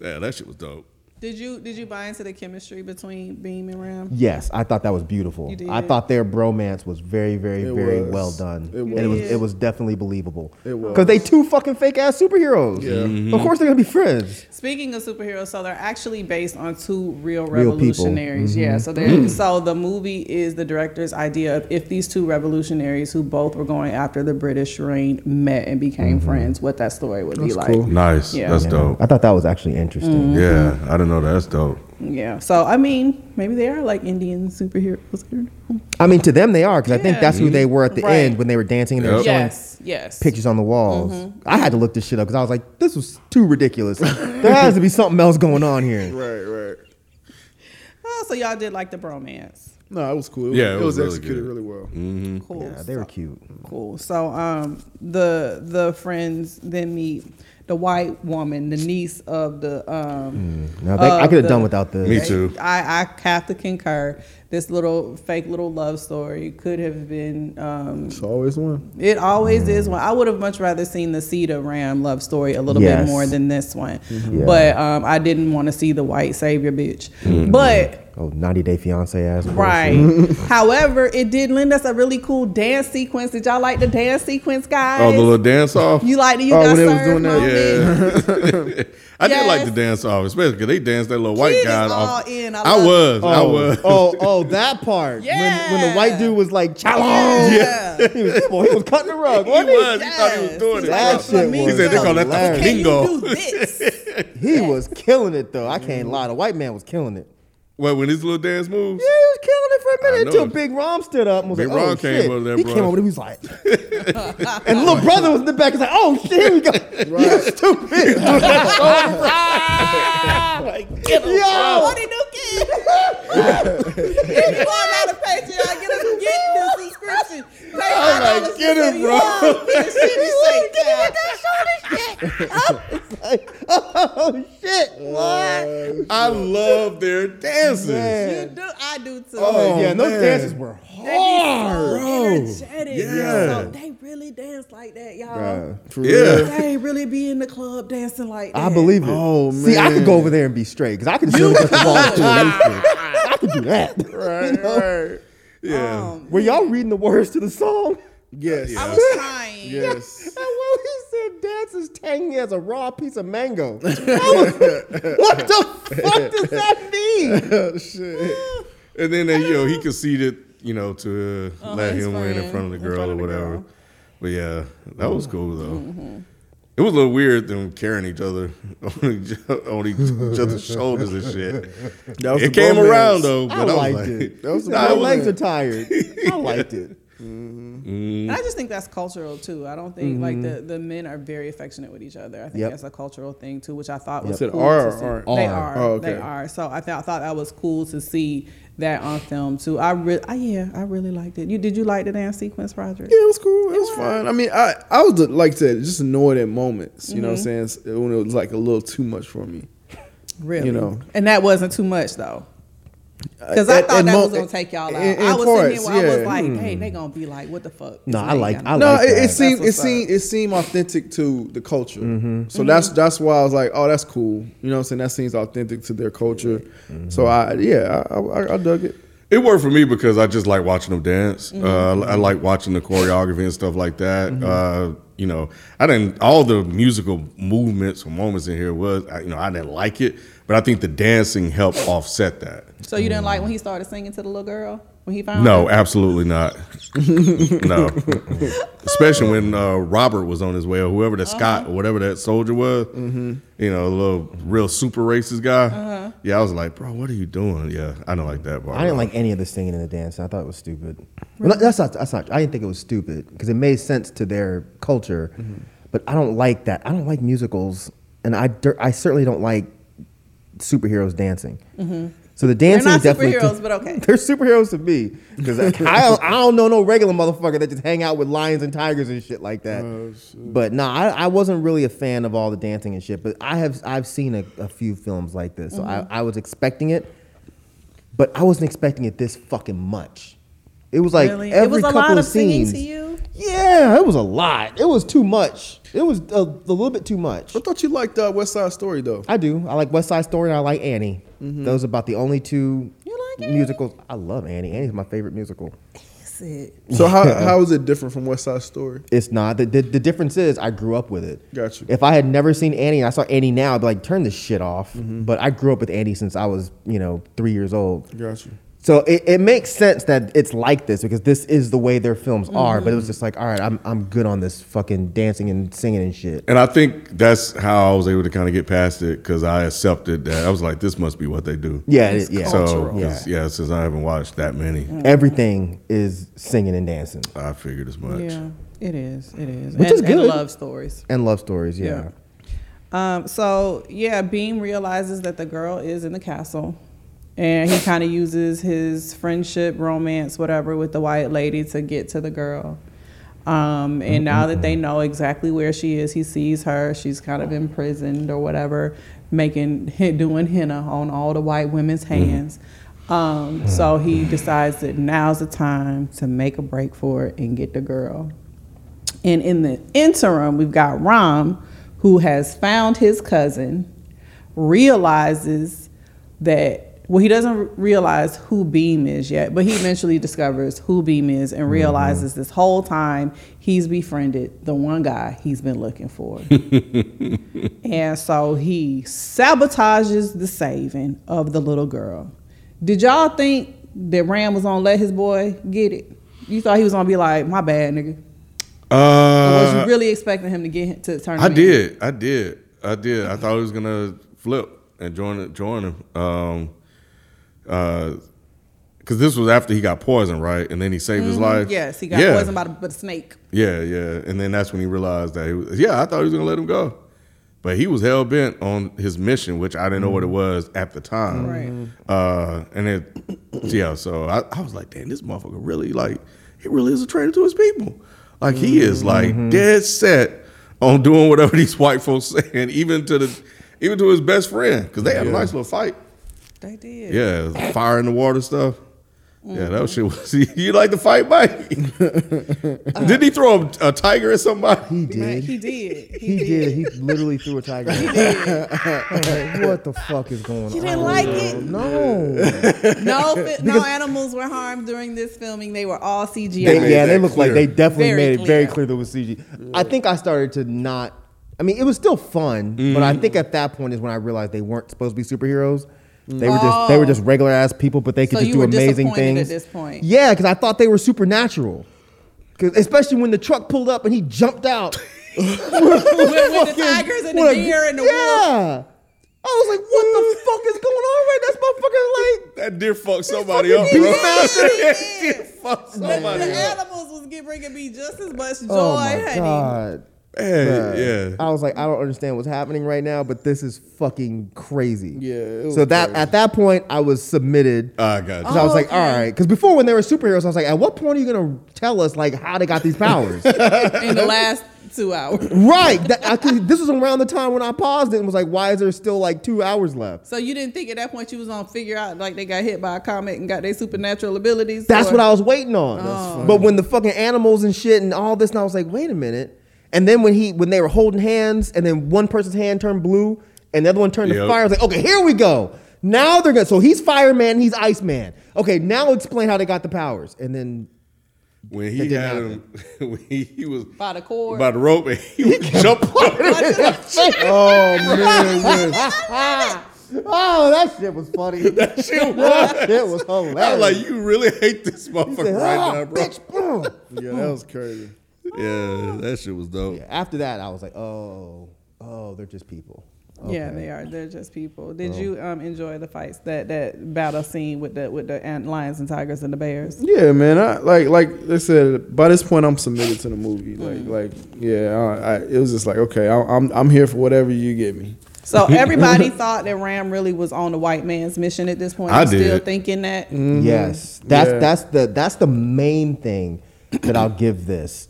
Speaker 1: Yeah, that shit was dope.
Speaker 2: Did you did you buy into the chemistry between Beam and Ram?
Speaker 4: Yes, I thought that was beautiful.
Speaker 2: You
Speaker 4: I
Speaker 2: did.
Speaker 4: thought their bromance was very, very,
Speaker 3: It
Speaker 4: very
Speaker 3: was.
Speaker 4: well done,
Speaker 3: It
Speaker 4: and it was
Speaker 2: was.
Speaker 4: it was definitely believable.
Speaker 3: It was.
Speaker 4: because they two fucking fake ass superheroes.
Speaker 3: Yeah. Mhm.
Speaker 4: of course they're gonna be friends.
Speaker 2: Speaking of superheroes, so they're actually based on two real
Speaker 4: Real people. Mm-hmm.
Speaker 2: revolutionaries. yeah, so they so the movie is the director's idea of if these two revolutionaries who both were going after the British reign met and became
Speaker 4: Mm-hmm.
Speaker 2: friends, what that story would be like.
Speaker 1: Nice,
Speaker 2: Yeah.
Speaker 1: that's
Speaker 2: Yeah.
Speaker 1: dope.
Speaker 4: I thought that was actually
Speaker 2: Mm-hmm.
Speaker 4: interesting.
Speaker 1: Yeah, I didn't know that. that's dope.
Speaker 2: Yeah. So I mean, maybe they are like Indian superheroes.
Speaker 4: I mean, to them they are because I think
Speaker 2: Yeah.
Speaker 4: that's who they were at the
Speaker 2: Right.
Speaker 4: end when they were dancing and they were
Speaker 1: Yep.
Speaker 4: showing
Speaker 2: Yes. Mm-hmm. Yes.
Speaker 4: pictures on the walls. I had to look this shit up because I was like, this was too ridiculous. there has to be something else going on here.
Speaker 3: right. Right.
Speaker 2: Oh, so y'all did like the bromance.
Speaker 3: No, it was cool. It was,
Speaker 1: Yeah,
Speaker 3: it
Speaker 1: it
Speaker 3: was,
Speaker 1: was really
Speaker 3: executed
Speaker 1: good. Mm.
Speaker 3: really well.
Speaker 4: Mm-hmm.
Speaker 2: Cool.
Speaker 4: Yeah, they were cute.
Speaker 2: Cool. So um the the friends then meet the white woman, the niece of the um
Speaker 4: Mm. Now they, I
Speaker 2: of
Speaker 4: could have
Speaker 2: the-
Speaker 4: done without the.
Speaker 1: Me too.
Speaker 2: I, I have to concur. This little fake little love story could have been um
Speaker 3: It's always one.
Speaker 2: it always is
Speaker 4: Mm.
Speaker 2: one. I would have much rather seen the Cedar Ram love story a little
Speaker 4: Yes. Mm-hmm.
Speaker 2: bit more than this one.
Speaker 4: Yeah.
Speaker 2: But um I didn't want to see the white savior bitch.
Speaker 1: Mm-hmm.
Speaker 2: But
Speaker 4: Oh, 90 Day Fiance ass. bullshit.
Speaker 2: Right. However, it did lend us a really cool dance sequence. Did y'all like the dance sequence, guys?
Speaker 1: Oh, the little dance off.
Speaker 2: you like the you
Speaker 3: Oh,
Speaker 2: got
Speaker 3: when they was
Speaker 2: served
Speaker 3: doing that,
Speaker 2: moment?
Speaker 1: Yeah, I did like the
Speaker 2: Yes.
Speaker 1: dance off, especially because they danced that little white
Speaker 2: Kid
Speaker 1: guy
Speaker 2: is
Speaker 1: off.
Speaker 2: all in. I
Speaker 1: I,
Speaker 2: love
Speaker 1: was, I
Speaker 4: Oh,
Speaker 1: was.
Speaker 4: oh, oh, that part. When, when the white
Speaker 2: Yeah.
Speaker 4: dude was like,
Speaker 3: Oh,
Speaker 4: challenge.
Speaker 2: Yeah.
Speaker 4: he, was, boy, he was cutting the rug.
Speaker 1: he was.
Speaker 4: wasn't he?
Speaker 1: He thought he was
Speaker 2: Yes.
Speaker 1: doing
Speaker 2: He
Speaker 1: it. bro.
Speaker 4: That shit was
Speaker 1: he said they call that the
Speaker 4: hilarious.
Speaker 2: Can you do
Speaker 1: flamingo.
Speaker 2: this?
Speaker 4: He was killing it, though. I can't lie. The white man was killing it.
Speaker 1: Well, when his little dance moves,
Speaker 4: Yeah, he was killing it for a minute
Speaker 1: I
Speaker 4: until
Speaker 1: know.
Speaker 4: Big Rom stood up and was
Speaker 1: Big
Speaker 4: like, oh,
Speaker 1: Rom came
Speaker 4: shit.
Speaker 1: over there,
Speaker 4: he
Speaker 1: bro.
Speaker 4: came over there, he was like, and little brother was in the back. He's like, oh, shit, here we go. You stupid. like,
Speaker 2: Ah. What
Speaker 4: yo.
Speaker 2: do you do, kid? if you want out of Patreon, get us get the subscription. Pay
Speaker 1: I'm like,
Speaker 2: $5
Speaker 1: get
Speaker 2: so
Speaker 1: him,
Speaker 2: you
Speaker 1: Oh bro.
Speaker 2: all get the shit you say, child.
Speaker 4: It's like, oh, shit. What?
Speaker 1: I love their dances.
Speaker 2: You do, I do too.
Speaker 1: Oh,
Speaker 4: yeah, and those
Speaker 1: man.
Speaker 4: dances were hard.
Speaker 2: They be so
Speaker 3: Oh,
Speaker 1: Bro.
Speaker 2: energetic.
Speaker 1: Yeah.
Speaker 2: So they really dance like that, y'all.
Speaker 3: For
Speaker 1: Yeah.
Speaker 2: They really be in the club dancing like that.
Speaker 4: I believe it.
Speaker 3: Oh,
Speaker 4: See, I could go
Speaker 3: man.
Speaker 4: over there and be straight because I could do just the ball too. I could do that.
Speaker 3: Right. Right.
Speaker 1: Yeah.
Speaker 2: Um,
Speaker 4: Were y'all reading the words to the song?
Speaker 3: Yes.
Speaker 2: I was trying.
Speaker 3: Yes.
Speaker 4: And well, he said, "Dance is tangy as a raw piece of mango." I was- what the fuck does that mean?
Speaker 3: Shit.
Speaker 1: Oh, and then they, you know, he conceded, you know, to uh, let
Speaker 2: his
Speaker 1: him win in
Speaker 2: friend,
Speaker 1: front of the
Speaker 2: Oh, in
Speaker 1: girl
Speaker 2: front
Speaker 1: or
Speaker 2: of the
Speaker 1: whatever.
Speaker 2: girl. Mm-hmm.
Speaker 1: But yeah, that was cool though. It was a little weird them carrying each other on each, on each other's shoulders and shit.
Speaker 3: That was
Speaker 1: it
Speaker 3: the
Speaker 1: came
Speaker 3: bromance.
Speaker 1: around though. But
Speaker 4: I
Speaker 1: I, was
Speaker 4: liked
Speaker 1: like,
Speaker 4: it.
Speaker 3: That was the
Speaker 1: Nah,
Speaker 4: My
Speaker 1: it
Speaker 4: legs are
Speaker 1: wasn't-
Speaker 4: tired. I liked it.
Speaker 2: And I just think that's cultural too. I don't think like the, the men are very affectionate with each other. I think
Speaker 4: Yep.
Speaker 2: that's a cultural thing too, which I thought was
Speaker 3: Is it
Speaker 2: cool
Speaker 3: R
Speaker 2: to
Speaker 3: or
Speaker 2: see.
Speaker 3: aren't?
Speaker 2: They
Speaker 4: R.
Speaker 2: are.
Speaker 3: Oh, okay.
Speaker 2: They are. So I, th- I thought that was cool to see that on film too. I really, I, yeah, I really liked it. You did you like the dance sequence, Roger?
Speaker 3: Yeah, it was cool. It, was, fun. I mean, I I was like I said, just annoyed at moments. You know
Speaker 2: Mm-hmm.
Speaker 3: what I'm saying? When it was like a little too much for me.
Speaker 2: Really?
Speaker 3: You know.
Speaker 2: And that wasn't too much though. Because I
Speaker 3: At-
Speaker 2: thought
Speaker 3: at
Speaker 2: that
Speaker 3: mo- eh,
Speaker 2: was gonna take y'all out.
Speaker 3: in- in
Speaker 2: I was
Speaker 3: parts,
Speaker 2: sitting here where I was
Speaker 3: yeah.
Speaker 2: like, hey, they gonna be like, what the fuck? This
Speaker 4: No, I
Speaker 2: nigga
Speaker 4: like-
Speaker 2: got
Speaker 4: I
Speaker 2: no-
Speaker 3: No,
Speaker 4: like
Speaker 3: it,
Speaker 4: that.
Speaker 3: it seemed it
Speaker 2: what's up.
Speaker 3: seemed it seemed authentic to the culture. So that's that's why I was like, oh, that's cool. You know what I'm saying? That seems authentic to their culture. So I yeah, I, I, I dug it.
Speaker 1: It worked for me because I just like watching them dance. Uh, I like watching the choreography and stuff like that. Uh, you know, I didn't all the musical movements or moments in here was I- you know I didn't like it, but I think the dancing helped offset that.
Speaker 2: So you didn't like when he started singing to the little girl when he found
Speaker 1: No,
Speaker 2: her?
Speaker 1: absolutely not. no, especially when uh, Robert was on his way, or whoever that Scott,
Speaker 4: Uh-huh.
Speaker 1: or whatever that soldier was,
Speaker 4: Mm-hmm.
Speaker 1: you know, a little real super racist guy. Yeah, I was like, bro, what are you doing? Yeah, I don't like that part.
Speaker 4: Uh-huh. I didn't like any of the singing and the dancing. I thought it was stupid. Well, that's not. That's not. I didn't think it was stupid because it made sense to their culture. But I don't like that. I don't like musicals, and I dur- I certainly don't like superheroes dancing. So the dancing
Speaker 2: Mm-hmm. not
Speaker 4: is definitely
Speaker 2: superheroes, but okay.
Speaker 4: They're superheroes to me because I, I, don't, I don't know no regular motherfucker that just hang out with lions and tigers and shit like that. But no, I, I wasn't really a fan of all the dancing and shit. But I have I've seen a, a few films like this, so
Speaker 2: Mm-hmm.
Speaker 4: I, I was expecting it but I wasn't expecting it this fucking much. It was like
Speaker 2: Really?
Speaker 4: every
Speaker 2: it was a
Speaker 4: couple
Speaker 2: lot
Speaker 4: of,
Speaker 2: of singing
Speaker 4: scenes.
Speaker 2: to you.
Speaker 4: Yeah, it was a lot. It was too much. It was a, a little bit too much.
Speaker 3: I thought you liked uh, West Side Story though.
Speaker 4: I do. I like West Side Story and I like Annie. Those are about the only two
Speaker 2: Mm-hmm. You like Annie?
Speaker 4: musicals. I love Annie. Annie's my favorite musical.
Speaker 2: That's it.
Speaker 3: So how how is it different from West Side Story?
Speaker 4: It's not. The, the, the difference is I grew up with it.
Speaker 3: Gotcha.
Speaker 4: If I had never seen Annie and I saw Annie now, I'd be like, turn this shit off. But I grew up with Annie since I was, you know, three years old.
Speaker 3: Gotcha.
Speaker 4: So it, it makes sense that it's like this because this is the way their films are. But it was just like, all right, I'm I'm good on this fucking dancing and singing and shit.
Speaker 1: And I think that's how I was able to kind of get past it because I accepted that. I was like, this must be what they do.
Speaker 4: Yeah, it, yeah.
Speaker 1: So,
Speaker 4: yeah.
Speaker 1: 'cause, yeah, since I haven't watched that many,
Speaker 4: Everything is singing and dancing
Speaker 1: I figured as much.
Speaker 2: Yeah, it is. It is.
Speaker 4: Which
Speaker 2: and,
Speaker 4: is good.
Speaker 2: and love stories.
Speaker 4: and love stories. Yeah.
Speaker 2: Yeah. Um, so yeah, Beam realizes that the girl is in the castle, and he kind of uses his friendship, romance, whatever, with the white lady to get to the girl. Um, and now that they know exactly where she is, he sees her. She's kind of imprisoned or whatever, making doing henna on all the white women's hands. Um, so he decides that now's the time to make a break for it and get the girl. And in the interim, we've got Rom, who has found his cousin, realizes that, well, he doesn't realize who Beam is yet, but he eventually discovers who Beam is and realizes this whole time he's befriended the one guy he's been looking for. and so he sabotages the saving of the little girl. Did y'all think that Ram was gonna let his boy get it? You thought he was gonna be like, my bad, nigga. I
Speaker 1: Uh,
Speaker 2: was really expecting him to get him- to Mm-hmm. turn.
Speaker 1: I
Speaker 2: him in.
Speaker 1: did. I did. I did. I thought he was gonna flip and join join him. Um, uh, because this was after he got poisoned, right? And then he saved his life.
Speaker 2: Mm-hmm. Yes, he got
Speaker 1: yeah.
Speaker 2: poisoned by the, by the snake.
Speaker 1: Yeah, yeah. And then that's when he realized that he was. Yeah, I thought he was gonna let him go, but he was hell bent on his mission, which I didn't know what it was at the time.
Speaker 2: Right.
Speaker 1: Uh, and it, yeah. So I, I was like, damn, this motherfucker really like he really is a traitor to his people. Like he is like dead set on doing whatever these white folks saying, even to the even to his best friend, because they had a nice little fight.
Speaker 2: They did.
Speaker 1: Yeah, fire in the water stuff. Yeah, that shit was. You like to fight, Mike? Didn't he throw a, a tiger at somebody?
Speaker 4: He
Speaker 2: Right,
Speaker 4: did.
Speaker 2: he did.
Speaker 4: He did. He literally threw a tiger. Like, what the fuck is going on?
Speaker 2: You didn't like it.
Speaker 4: Um, No.
Speaker 2: No, fi- no animals were harmed during this filming. They were all CGI.
Speaker 4: They-
Speaker 1: made
Speaker 4: yeah, they
Speaker 1: that
Speaker 4: look like
Speaker 1: clear.
Speaker 4: they definitely
Speaker 2: Very
Speaker 4: made it very
Speaker 2: clear.
Speaker 4: clear that it was CG. I think I started to not. I mean, it was still fun, but I
Speaker 1: Mm.
Speaker 4: think at that point is when I realized they weren't supposed to be superheroes. They were just they were just regular ass people, but they could
Speaker 2: Oh. So
Speaker 4: just
Speaker 2: you
Speaker 4: do
Speaker 2: were
Speaker 4: amazing
Speaker 2: disappointed
Speaker 4: things.
Speaker 2: at this point.
Speaker 4: yeah, because I thought they were supernatural. 'Cause- especially when the truck pulled up and he jumped out.
Speaker 2: With, with the tigers and the
Speaker 4: What a-
Speaker 2: deer and the wolf.
Speaker 4: yeah. I was like, what the fuck is going on right? That's motherfucking like
Speaker 1: That deer fucked somebody up,
Speaker 4: fucking
Speaker 1: bro.
Speaker 4: beast
Speaker 1: That deer fucked somebody
Speaker 2: The
Speaker 1: up.
Speaker 2: animals was get- bringing me just as much joy,
Speaker 4: Oh my
Speaker 2: honey.
Speaker 4: god.
Speaker 1: Man, yeah.
Speaker 4: I was like, I don't understand what's happening right now, but this is fucking crazy.
Speaker 3: Yeah, it was
Speaker 4: So that
Speaker 3: crazy. Oh,
Speaker 4: at that point, I was submitted.
Speaker 1: I got you.
Speaker 4: Cause I was like,
Speaker 2: okay.
Speaker 4: all right. Because before, when they were superheroes, I was like, at what point are you gonna tell us like how they got these powers?
Speaker 2: In the last two hours.
Speaker 4: right. That, I could, this was around the time when I paused it and was like, why is there still like two hours left?
Speaker 2: So you didn't think at that point you was gonna figure out like they got hit by a comet and got their supernatural abilities?
Speaker 4: That's
Speaker 2: or-
Speaker 4: what I was waiting on.
Speaker 1: Oh.
Speaker 4: But when the fucking animals and shit and all this, and I was like, wait a minute. And then when he when they were holding hands, and then one person's hand turned blue, and the other one turned to
Speaker 1: Yep.
Speaker 4: fire. I was like, okay, here we go. Now they're gonna. So he's fireman, he's Iceman. Okay, now explain how they got the powers. And then
Speaker 1: when
Speaker 4: That
Speaker 1: he
Speaker 4: didn't
Speaker 1: had him, when he, he was
Speaker 2: By the cord.
Speaker 1: by the rope and he would jump on him.
Speaker 3: Oh man, yes.
Speaker 4: Oh, that shit was funny. that
Speaker 1: That shit was.
Speaker 4: shit was
Speaker 1: I was
Speaker 4: hilarious.
Speaker 1: like, you really hate this motherfucker
Speaker 4: Said,
Speaker 1: right
Speaker 4: "Oh,
Speaker 1: now, bro.
Speaker 4: bitch, boom.
Speaker 3: yeah, that was crazy.
Speaker 1: Yeah, that shit was dope.
Speaker 4: Yeah, After that, I was like, oh, oh, they're just people.
Speaker 2: Yeah, they are. They're just people. Did you um, enjoy the fights that that battle scene with the with the ant- lions and tigers and the bears?
Speaker 3: Yeah, man. I like like they said. By this point, I'm submitted to the movie.
Speaker 2: Mm.
Speaker 3: Like like yeah, I, I, it was just like okay, I, I'm I'm here for whatever you give me.
Speaker 2: So everybody thought that Ram really was on the white man's mission at this point.
Speaker 1: I
Speaker 2: I'm still
Speaker 1: did. Mm.
Speaker 2: thinking that.
Speaker 4: Yes, that's
Speaker 3: Yeah.
Speaker 4: that's the that's the main thing that I'll give this.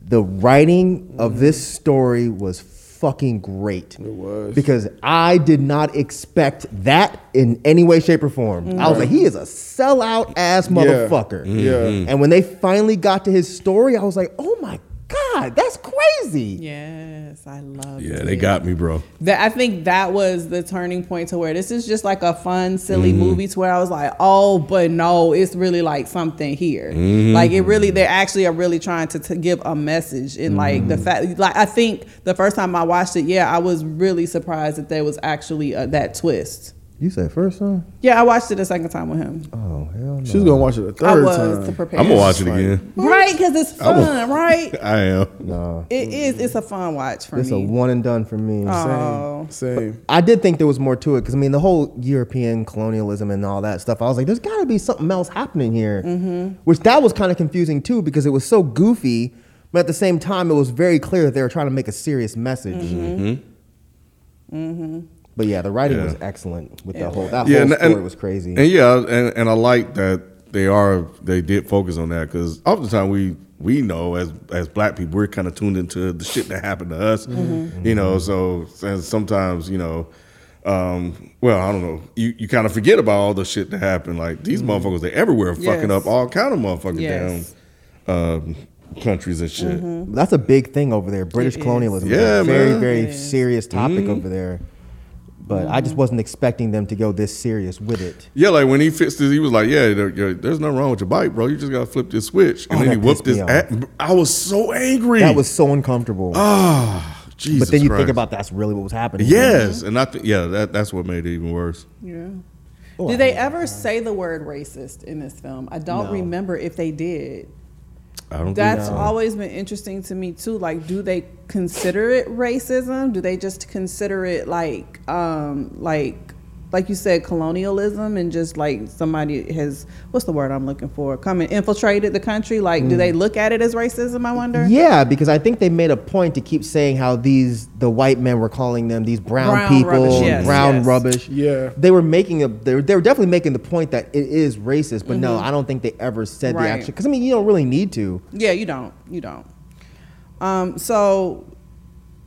Speaker 4: The writing of this story was fucking great. It
Speaker 3: was.
Speaker 4: because I did not expect that in any way, shape, or form. I was like, he is a sellout ass motherfucker.
Speaker 3: Mhm.
Speaker 4: and when they finally got to his story, I was like, oh my god, that's crazy.
Speaker 2: Yes, I love.
Speaker 1: Yeah, they got me, bro.
Speaker 2: That I think that was the turning point to where this is just like a fun, silly movie to where I was like, oh, but no, it's really like something here. Like it really, they actually are really trying to, to give a message in like the fact. Like I think the first time I watched it, yeah, I was really surprised that there was actually uh that twist.
Speaker 4: You said first time?
Speaker 2: Yeah, I watched it a second time with him.
Speaker 4: Oh hell
Speaker 3: She was gonna watch it a
Speaker 2: I
Speaker 3: third
Speaker 2: was to
Speaker 3: time.
Speaker 2: prepare.
Speaker 1: I'm gonna watch it again.
Speaker 2: right because it's
Speaker 1: I'm a-
Speaker 2: fun, right?
Speaker 1: I am.
Speaker 4: no.
Speaker 2: It is. It's a fun watch for
Speaker 4: It's a
Speaker 2: me.
Speaker 4: one and done for me.
Speaker 2: Oh.
Speaker 3: Same.
Speaker 4: I did think there was more to it because I mean the whole European colonialism and all that stuff. I was like, there's got to be something else happening here,
Speaker 2: Mm-hmm.
Speaker 4: which that was kind of confusing too because it was so goofy, but at the same time it was very clear that they were trying to make a serious message. Mm-hmm.
Speaker 2: Mm-hmm.
Speaker 4: But yeah, the writing
Speaker 1: Mm-hmm. Yeah.
Speaker 4: was excellent with that whole that
Speaker 1: Yeah,
Speaker 4: whole
Speaker 1: and,
Speaker 4: story
Speaker 1: and-
Speaker 4: was crazy.
Speaker 1: And yeah, and, and I like that they are they did focus on that because oftentimes we we know as as black people we're kind of tuned into the shit that happened to us,
Speaker 2: Mm-hmm.
Speaker 1: you know. So and sometimes you know, um, well I don't know, you you kind of forget about all the shit that happened. Like these motherfuckers, they everywhere fucking
Speaker 2: Mm-hmm. Yes.
Speaker 1: up all kind of motherfucking
Speaker 2: Yes. Mm-hmm.
Speaker 1: damn um, countries and shit.
Speaker 4: That's a big thing over there. British
Speaker 2: is.
Speaker 4: colonialism,
Speaker 1: Yeah,
Speaker 4: That's a very
Speaker 1: man. Mm-hmm.
Speaker 4: very
Speaker 2: It is. Mm-hmm.
Speaker 4: serious topic over there. But I just wasn't expecting them to go this serious with it.
Speaker 1: Yeah, like when he fixed it, he was like, "Yeah, there- there- there's nothing wrong with your bike, bro. You just gotta flip this switch." And
Speaker 4: Oh,
Speaker 1: then he
Speaker 4: that
Speaker 1: whooped
Speaker 4: pissed
Speaker 1: his
Speaker 4: me
Speaker 1: ass. I was so angry.
Speaker 4: That was so uncomfortable.
Speaker 1: ah, Jesus.
Speaker 4: but then you think
Speaker 1: Christ.
Speaker 4: about that's really what was happening.
Speaker 1: yes, and I think yeah, that, that's what made it even worse.
Speaker 2: Yeah.
Speaker 4: Oh, I
Speaker 2: did they ever say the word racist in this film? I don't remember if they did.
Speaker 1: I don't.
Speaker 2: That's
Speaker 1: think so.
Speaker 2: always been interesting to me too. Like, do they consider it racism? Do they just consider it like, um, like, like you said, colonialism and just like somebody has what's the word I'm looking for? Come and infiltrated the country. Like, do
Speaker 4: Mm.
Speaker 2: they look at it as racism? I wonder.
Speaker 4: Yeah, because I think they made a point to keep saying how these the white men were calling them these brown,
Speaker 2: Brown
Speaker 4: people,
Speaker 2: rubbish,
Speaker 4: and
Speaker 2: yes,
Speaker 4: brown
Speaker 2: yes.
Speaker 4: rubbish.
Speaker 3: Yeah.
Speaker 4: they were making a they were, they were definitely making the point that it is racist. But no, I don't think they ever said
Speaker 2: Mm-hmm. Right.
Speaker 4: the actual because I mean you don't really need to.
Speaker 2: Yeah, you don't. You don't. Um, so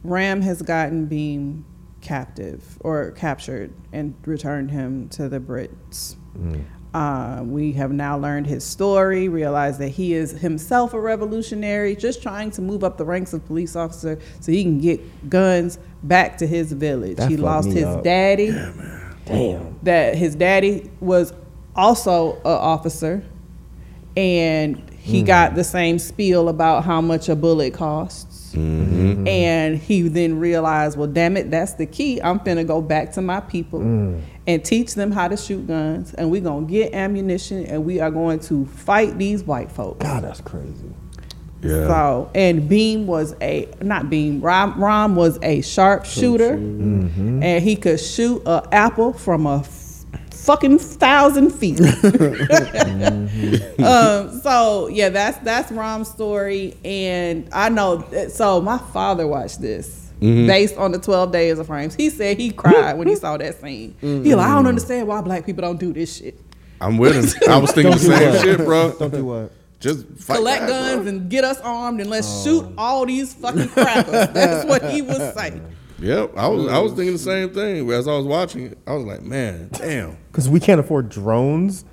Speaker 2: Ram has gotten Beam captive or captured and returned him to the Brits.
Speaker 4: Mm.
Speaker 2: Uh, we have now learned his story, realized that he is himself a revolutionary, just trying to move up the ranks of police officer so he can get guns back to his village.
Speaker 4: That
Speaker 2: he
Speaker 4: fucked
Speaker 2: lost
Speaker 4: me
Speaker 2: his
Speaker 4: up.
Speaker 2: daddy
Speaker 4: Damn,
Speaker 2: that his daddy was also a officer and he got the same spiel about how much a bullet costs and he then realized well damn it that's the key i'm finna go back to my people and teach them how to shoot guns and we gonna get ammunition and we are going to fight these white folks
Speaker 4: God, that's crazy.
Speaker 1: yeah.
Speaker 2: so and Beam was a not Beam Rom, Rom was a sharpshooter, and he could shoot a apple from a f- fucking thousand feet. um, so yeah, that's that's Rom's story, and I know. that- So my father watched this. Based on the twelve days of frames, he said he cried when he saw that scene. He like, I don't understand why black people don't do this shit.
Speaker 1: I'm with him. I was thinking the
Speaker 4: Don't do
Speaker 1: same
Speaker 4: that.
Speaker 1: shit, bro.
Speaker 4: Don't do what.
Speaker 1: Just fight
Speaker 2: collect
Speaker 1: back, bro.
Speaker 2: guns and get us armed and let's shoot all these fucking crackers. That's what he was saying.
Speaker 1: Yep, I was I was thinking the same thing as I was watching it. I was like, man, damn.
Speaker 4: Because we can't afford drones.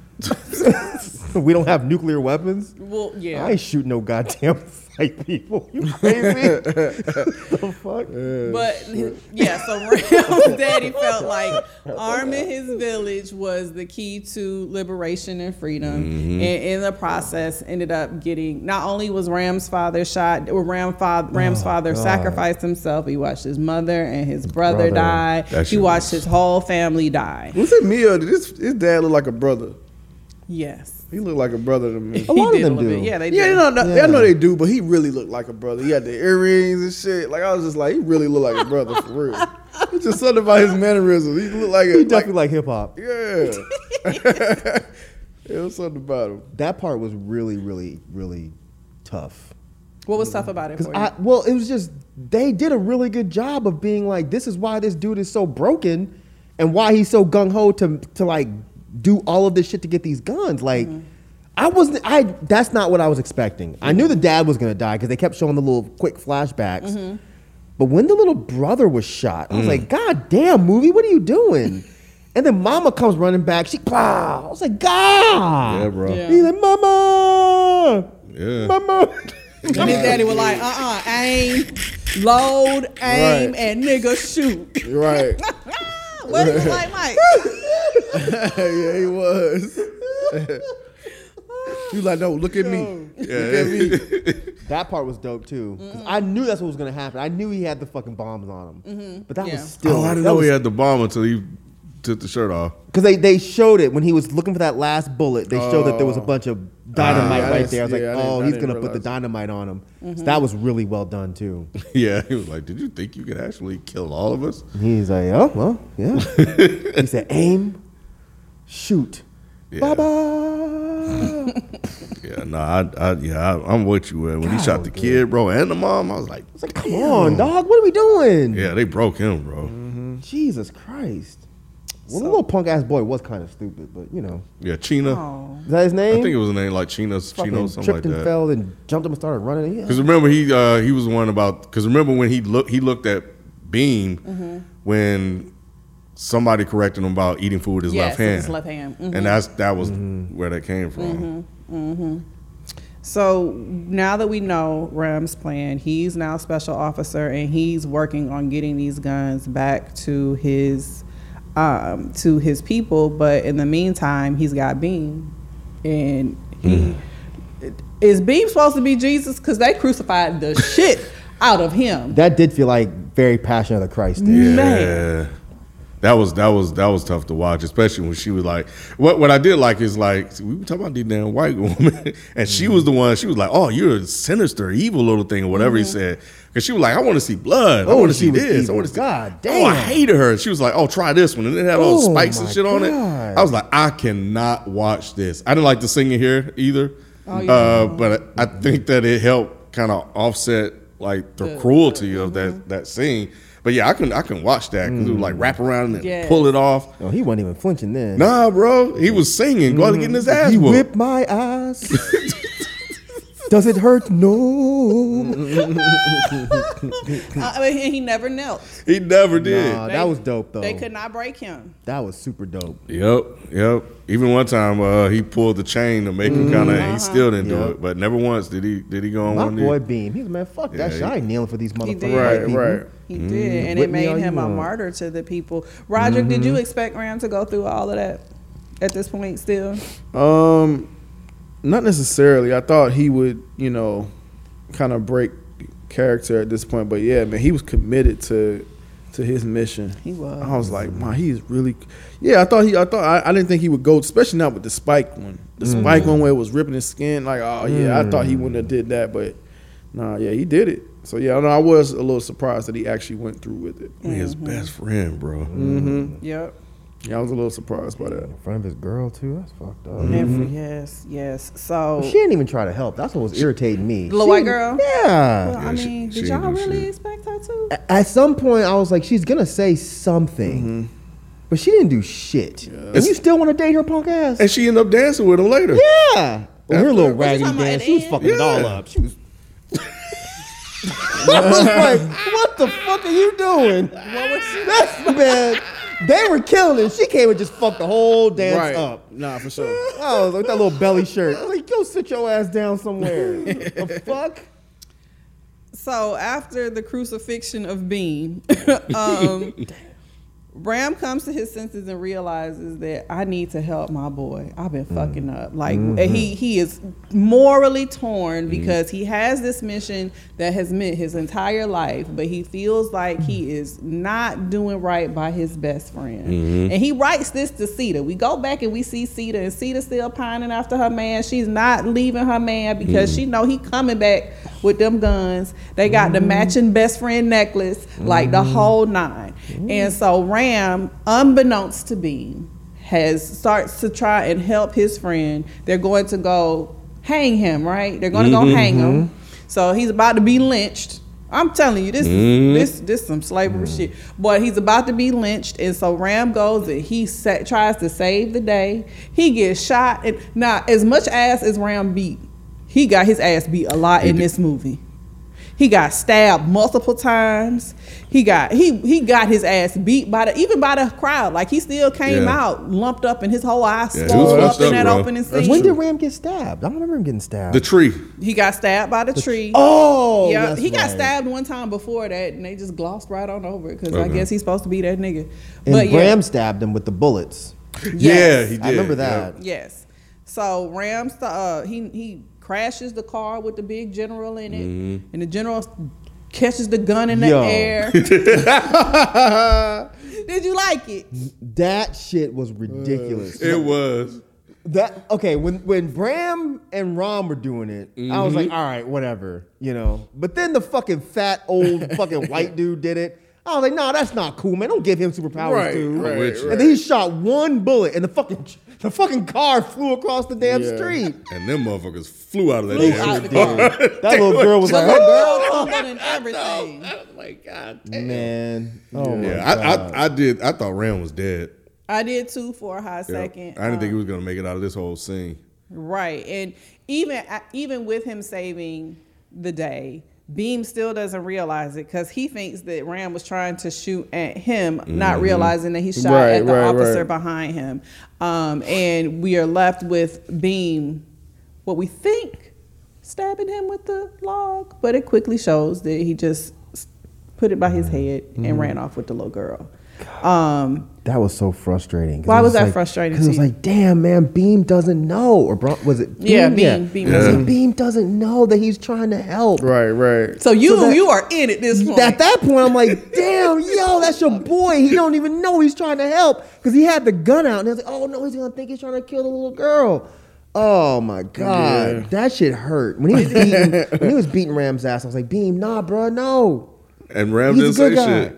Speaker 4: we don't have nuclear weapons.
Speaker 2: Well, yeah.
Speaker 4: I ain't shooting no goddamn white people. You crazy? the fuck?
Speaker 2: But yeah, so Ram's daddy felt like arming his village was the key to liberation and freedom. And in the process, ended up getting not only was Ram's father shot, or Ram father, Ram's father sacrificed himself. He watched his mother and his brother,
Speaker 4: Brother.
Speaker 2: die.
Speaker 1: That
Speaker 2: he
Speaker 1: shit
Speaker 2: watched
Speaker 1: was-
Speaker 2: his whole family die.
Speaker 3: Was it me or did his, his dad look like a brother?
Speaker 2: Yes,
Speaker 3: He looked like a brother to me.
Speaker 4: A lot of
Speaker 2: did
Speaker 4: them
Speaker 2: little
Speaker 4: do.
Speaker 2: bit. Yeah, Oh, they
Speaker 3: Yeah,
Speaker 2: did.
Speaker 3: you know, no-
Speaker 4: Yeah.
Speaker 3: I know they do, but he really looked like a brother. He had the earrings and shit. Like I was just like, he really looked like a brother for real. It's just something about his mannerisms. He looked like a
Speaker 4: You
Speaker 3: like,
Speaker 4: definitely like hip hop.
Speaker 3: yeah. it was something about him.
Speaker 4: That part was really, really, really tough.
Speaker 2: What was tough about it for
Speaker 4: Because
Speaker 2: you?
Speaker 4: I, well, it was just they did a really good job of being like, this is why this dude is so broken, and why he's so gung ho to to like do all of this shit to get these guns. Like,
Speaker 2: Mm-hmm.
Speaker 4: I wasn't. I that's not what I was expecting. I knew the
Speaker 2: Mm-hmm.
Speaker 4: dad was gonna die because they kept showing the little quick flashbacks. But when the little brother was shot, I
Speaker 2: Mm.
Speaker 4: was like, God damn, movie, what are you doing? And then mama comes running back. She, pow. I was like, God.
Speaker 1: Yeah, bro.
Speaker 2: Yeah.
Speaker 4: He's like, Mama.
Speaker 1: Yeah.
Speaker 4: Mama.
Speaker 2: and his daddy was like, uh uh aim, load, aim,
Speaker 3: Right.
Speaker 2: and nigga shoot.
Speaker 3: You're right.
Speaker 2: what is it like, Mike?
Speaker 3: yeah, he was. you like, no, look at me. Look at me.
Speaker 1: Oh,
Speaker 4: That part was dope too. 'Cause I knew that's what was gonna happen. I knew he had the fucking bombs on him. But that
Speaker 2: Yeah.
Speaker 4: was still.
Speaker 1: Oh, I didn't know he had the bomb until he took the shirt off.
Speaker 4: Because they, they showed it when he was looking for that last bullet. They showed that there was a bunch of dynamite
Speaker 3: Ah, I
Speaker 4: right
Speaker 3: didn't-
Speaker 4: there. I was
Speaker 3: yeah, I
Speaker 4: like,
Speaker 3: didn't-
Speaker 4: oh,
Speaker 3: I
Speaker 4: he's
Speaker 3: didn't
Speaker 4: gonna put the
Speaker 3: realize.
Speaker 4: dynamite on him. So that was really well done too.
Speaker 1: Yeah, he was like, "Did you think you could actually kill all of us?"
Speaker 4: He's like, oh well, yeah. he said, aim, shoot,
Speaker 1: Yeah.
Speaker 4: bye bye.
Speaker 1: Yeah, no, I, I yeah, I, I'm with you. Man. When he
Speaker 4: God,
Speaker 1: shot the
Speaker 4: dude.
Speaker 1: kid, bro, and the mom, I was like,
Speaker 4: It's like, come on, dog, what are we doing?
Speaker 1: "Yeah, they broke him, bro."
Speaker 2: Mm-hmm.
Speaker 4: Jesus Christ. Well, the little punk ass boy was kind of stupid, but you know,
Speaker 1: Yeah, Chino.
Speaker 2: Oh,
Speaker 4: is that his
Speaker 1: I
Speaker 4: name?
Speaker 1: think it was a name like Chino's,
Speaker 4: fucking
Speaker 1: Chino, something like
Speaker 4: tripped and
Speaker 1: that.
Speaker 4: fell and jumped up and started running. Yeah.
Speaker 1: Because remember he uh, he was the one about because remember when he looked he looked at Beam
Speaker 2: Mm-hmm.
Speaker 1: when somebody corrected him about eating food with his
Speaker 2: Yes,
Speaker 1: left
Speaker 2: with
Speaker 1: hand.
Speaker 2: his left hand. Mm-hmm. Mhm.
Speaker 1: and that's that was where that came from.
Speaker 2: So now that we know Ram's plan, he's now special officer and he's working on getting these guns back to his um, to his people. But in the meantime, he's got Beam, and he
Speaker 4: Mm-hmm.
Speaker 2: is Beam supposed to be Jesus because they crucified the shit out of him.
Speaker 4: That did feel like very Passion of the Christ. Dude.
Speaker 1: Yeah.
Speaker 2: Man.
Speaker 1: That was that was that was tough to watch, especially when she was like, "What what I did like is like we were talking about the damn white woman, and she was the one. She was like, "Oh, you're a sinister, evil little thing, or whatever he said," because she was like, "I want to see blood. I
Speaker 4: Mm-hmm. Oh,
Speaker 1: want to
Speaker 4: she
Speaker 1: see
Speaker 4: was
Speaker 1: this. I
Speaker 4: evil.
Speaker 1: want to see
Speaker 4: God
Speaker 1: Oh, I
Speaker 4: damn.
Speaker 1: hated her. She was like, "Oh, try this one," and it had all the
Speaker 4: Oh,
Speaker 1: spikes and
Speaker 4: my
Speaker 1: shit on it.
Speaker 4: God.
Speaker 1: I was like, "I cannot watch this." I didn't like the singing here either,
Speaker 2: Oh, yeah.
Speaker 1: uh, but I, I think that it helped kind of offset like the, cruelty of that that scene. But yeah, I couldn't I couldn't watch that because it was like wrap around and
Speaker 2: Yes.
Speaker 1: pull it off.
Speaker 4: No, Oh, he wasn't even flinching then.
Speaker 1: Nah, bro, he was singing, going to get his ass
Speaker 4: Mm-hmm. he
Speaker 1: whooped.
Speaker 4: whipped my ass. Does it hurt? No.
Speaker 2: I mean, and he never knelt.
Speaker 1: He never did.
Speaker 4: Nah, Oh, that was dope though.
Speaker 2: They could not break him.
Speaker 4: that was super dope.
Speaker 1: Yep, yep. Even one time, uh, he pulled the chain to make him kind of. He still didn't
Speaker 4: Yeah.
Speaker 1: do it, but never once did he did he go on
Speaker 4: My
Speaker 1: one knee.
Speaker 4: boy Beam, he's man. Fuck
Speaker 1: Yeah,
Speaker 4: that shit. I
Speaker 1: he-
Speaker 4: ain't kneeling for these motherfuckers.
Speaker 2: did.
Speaker 4: white
Speaker 3: Right,
Speaker 4: people.
Speaker 3: right.
Speaker 2: He
Speaker 4: Mm-hmm.
Speaker 2: did, and
Speaker 4: whip
Speaker 2: it
Speaker 4: me all
Speaker 2: made
Speaker 4: you
Speaker 2: him a
Speaker 4: want. Mm-hmm.
Speaker 2: martyr to the people. Roderick, did you expect Ram to go through all of that at this point still?
Speaker 3: Um, not necessarily. I thought he would, you know, kind of break character at this point. But yeah, man, he was committed to to his mission.
Speaker 2: He was.
Speaker 3: I was like, man, he is really. Yeah, I thought he. I thought I, I didn't think he would go, especially not with the spike one. The spike one where it was ripping his skin. Like, oh yeah, I thought he wouldn't have did that, but nah, yeah, he did it. So yeah, I know I was a little surprised that he actually went through with it.
Speaker 1: Me, His best friend, bro.
Speaker 2: Yep.
Speaker 3: Yeah, I was a little surprised by that.
Speaker 4: In front of his girl too. That's fucked up.
Speaker 1: Mm-hmm.
Speaker 2: And- Yes, yes. So,
Speaker 4: She didn't even try to help. That's what was irritating me.
Speaker 2: Little
Speaker 4: She-
Speaker 2: white girl?
Speaker 4: Yeah.
Speaker 2: well, I
Speaker 1: Yeah, she-
Speaker 2: mean,
Speaker 1: she
Speaker 2: did
Speaker 1: ain't
Speaker 2: y'all
Speaker 1: do
Speaker 2: really
Speaker 1: shit.
Speaker 2: expect her to?
Speaker 4: at some point I was like, she's gonna say something. But she didn't do shit. And you still wanna date her punk ass?
Speaker 1: And she ended up dancing with him later.
Speaker 4: Yeah. Well, her little
Speaker 1: What
Speaker 2: you
Speaker 4: raggedy
Speaker 2: talking about,
Speaker 4: dance,
Speaker 2: at
Speaker 4: she was
Speaker 2: the
Speaker 4: fucking it all
Speaker 1: Yeah.
Speaker 4: up. She was I was like, what the fuck are you doing? That's bad. They were killing it. She came and just fucked the whole dance
Speaker 3: right.
Speaker 4: up.
Speaker 3: Nah, for sure.
Speaker 4: Oh, with that little belly shirt. I was like, yo, sit your ass down somewhere. the fuck?
Speaker 2: So after the crucifixion of Bean, um, Bram comes to his senses and realizes that I need to help my boy. I've been fucking up. Like he he is morally torn because he has this mission that has meant his entire life, but he feels like he is not doing right by his best friend. And he writes this to Sita. We go back and we see Sita, and Sita still pining after her man. She's not leaving her man because she know he coming back with them guns. They got the matching best friend necklace, like the whole 9 And so Ram, unbeknownst to Beam, has starts to try and help his friend. They're going to go hang him, right? They're going to go hang him. So he's about to be lynched. I'm telling you, this
Speaker 1: Mm-hmm.
Speaker 2: is this this some slavery
Speaker 1: Mm.
Speaker 2: shit. But he's about to be lynched, and so Ram goes and he sa- tries to save the day. He gets shot, and now as much ass as Ram beat, he got his ass beat a lot in this movie. He got stabbed multiple times. He got he he got his ass beat by the even by the crowd. Like he still came
Speaker 1: Yeah.
Speaker 2: out lumped up, and his whole eye
Speaker 1: Yeah, he
Speaker 2: swelled
Speaker 1: was
Speaker 2: up
Speaker 1: fucked
Speaker 2: in
Speaker 1: up,
Speaker 2: that
Speaker 1: bro.
Speaker 2: opening
Speaker 1: That's
Speaker 2: scene.
Speaker 4: When did Ram get stabbed? I don't remember him getting stabbed.
Speaker 1: The tree.
Speaker 2: He got stabbed by the tree.
Speaker 4: oh!
Speaker 2: yeah,
Speaker 4: that's
Speaker 2: he got
Speaker 4: right.
Speaker 2: stabbed one time before that, and they just glossed right on over it because I
Speaker 1: Okay.
Speaker 2: guess he's supposed to be that nigga.
Speaker 4: And
Speaker 2: but
Speaker 4: Bram
Speaker 2: yeah,
Speaker 4: stabbed him with the bullets.
Speaker 1: Yeah, he did.
Speaker 4: I remember
Speaker 1: yeah.
Speaker 4: that.
Speaker 2: yes. So Rams, uh, he he crashes the car with the big general in it, and the general catches the gun in the
Speaker 4: Mm-hmm. Yo.
Speaker 2: air. Did you like it?
Speaker 4: That shit was ridiculous.
Speaker 1: It was.
Speaker 4: That okay, when when Bram and Rom were doing it, I was
Speaker 1: Mm-hmm.
Speaker 4: like, all right, whatever, you know. But then the fucking fat old fucking white dude did it. I was like, nah, that's not cool, man. Don't give him superpowers,
Speaker 3: Right,
Speaker 4: dude.
Speaker 3: right,
Speaker 1: with you.
Speaker 4: And then he shot one bullet, and the fucking the fucking car flew across the damn
Speaker 3: Yeah.
Speaker 4: street.
Speaker 1: And them motherfuckers flew out of that
Speaker 4: Flew
Speaker 1: damn
Speaker 4: out the
Speaker 1: car.
Speaker 4: damn- That little girl was like,
Speaker 2: The girl
Speaker 4: "Oh,
Speaker 2: jumping and everything.
Speaker 1: Oh my god.
Speaker 4: man, oh my
Speaker 1: Yeah,
Speaker 4: god,
Speaker 1: I, I I did. I thought Ram was dead.
Speaker 2: I did too for a high second.
Speaker 1: I didn't think
Speaker 2: Um,
Speaker 1: he was gonna make it out of this whole scene.
Speaker 2: Right, and even uh, even with him saving the day, Beam still doesn't realize it because he thinks that Ram was trying to shoot at him, not realizing that he shot
Speaker 3: Right,
Speaker 2: at the
Speaker 3: right,
Speaker 2: officer
Speaker 3: right.
Speaker 2: behind him. Um, and we are left with Beam, what we think stabbing him with the log, but it quickly shows that he just s- put it by his head and ran off with the little girl. Um,
Speaker 4: that was so frustrating. 'cause
Speaker 2: Why
Speaker 4: it
Speaker 2: was that
Speaker 4: like-
Speaker 2: frustrating
Speaker 4: Because it
Speaker 2: to
Speaker 4: was
Speaker 2: you?
Speaker 4: like, damn, man, Beam doesn't know, or Bro, was it?
Speaker 2: Yeah, Beam- Beam
Speaker 4: I was
Speaker 1: doesn't
Speaker 4: like, Beam doesn't know that he's trying to help.
Speaker 3: Right, right.
Speaker 2: so you
Speaker 4: So that-
Speaker 2: you are in it this point.
Speaker 4: At that point, I'm like, damn, yo, that's your boy. He don't even know he's trying to help because he had the gun out, and I was like, oh no, he's gonna think he's trying to kill the little girl. Oh my god,
Speaker 3: Yeah.
Speaker 4: that shit hurt. When he was beating, when he was beating Ram's ass, I was like, Beam, nah, bro, no.
Speaker 1: And Ram
Speaker 4: He's a
Speaker 1: didn't say
Speaker 4: good guy.
Speaker 1: shit.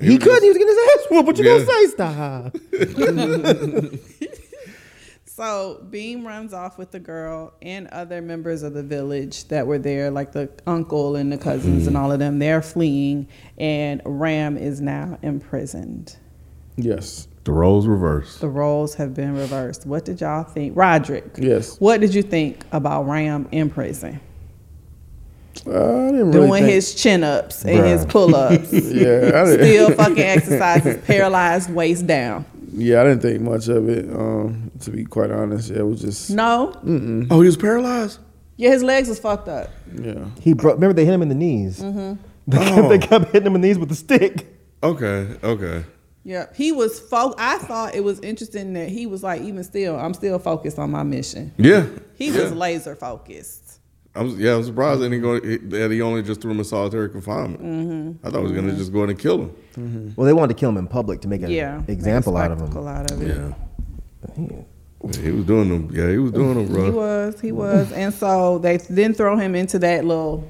Speaker 4: He,
Speaker 1: was
Speaker 4: could,
Speaker 1: just-
Speaker 4: he was getting his ass whooped, but you
Speaker 1: Yeah.
Speaker 4: don't say stop.
Speaker 2: So Beam runs off with the girl and other members of the village that were there, like the uncle and the cousins
Speaker 3: Mm-hmm.
Speaker 2: and all of them. They're fleeing, and Ram is now imprisoned.
Speaker 3: Yes.
Speaker 1: the roles reversed.
Speaker 2: The roles have been reversed. What did y'all think, Roderick?
Speaker 3: Yes.
Speaker 2: What did you think about Ram in prison,
Speaker 3: Uh, I didn't really
Speaker 2: doing
Speaker 3: think-
Speaker 2: his chin ups and his
Speaker 4: Bruh.
Speaker 2: pull ups,
Speaker 3: Yeah, I didn't,
Speaker 2: still fucking exercises, paralyzed, waist down?
Speaker 3: yeah, I didn't think much of it. Um, to be quite honest, yeah, it was just
Speaker 2: No.
Speaker 3: Mm.
Speaker 1: Oh, he was paralyzed.
Speaker 2: Yeah, his legs was fucked up.
Speaker 3: yeah.
Speaker 4: He broke. Remember, they hit him in the knees.
Speaker 1: Mm-hmm.
Speaker 4: They, kept,
Speaker 1: Oh.
Speaker 4: they kept hitting him in the knees with the stick.
Speaker 1: Okay, okay.
Speaker 2: Yeah, he was. Fo- I thought it was interesting that he was like, even still, I'm still focused on my mission.
Speaker 1: Yeah,
Speaker 2: He
Speaker 1: yeah.
Speaker 2: was laser focused.
Speaker 1: I'm, yeah, I'm surprised that he, going, that he only just threw him in solitary confinement. I thought he was gonna just go in and kill him.
Speaker 4: Well, they wanted to kill him in public to make an
Speaker 2: Yeah,
Speaker 4: example
Speaker 2: Make a
Speaker 4: out of him.
Speaker 2: spectacle out of it.
Speaker 1: Yeah. He was doing them. Yeah, he was doing them,
Speaker 2: He
Speaker 1: bro.
Speaker 2: was, he was, and so they then throw him into that little,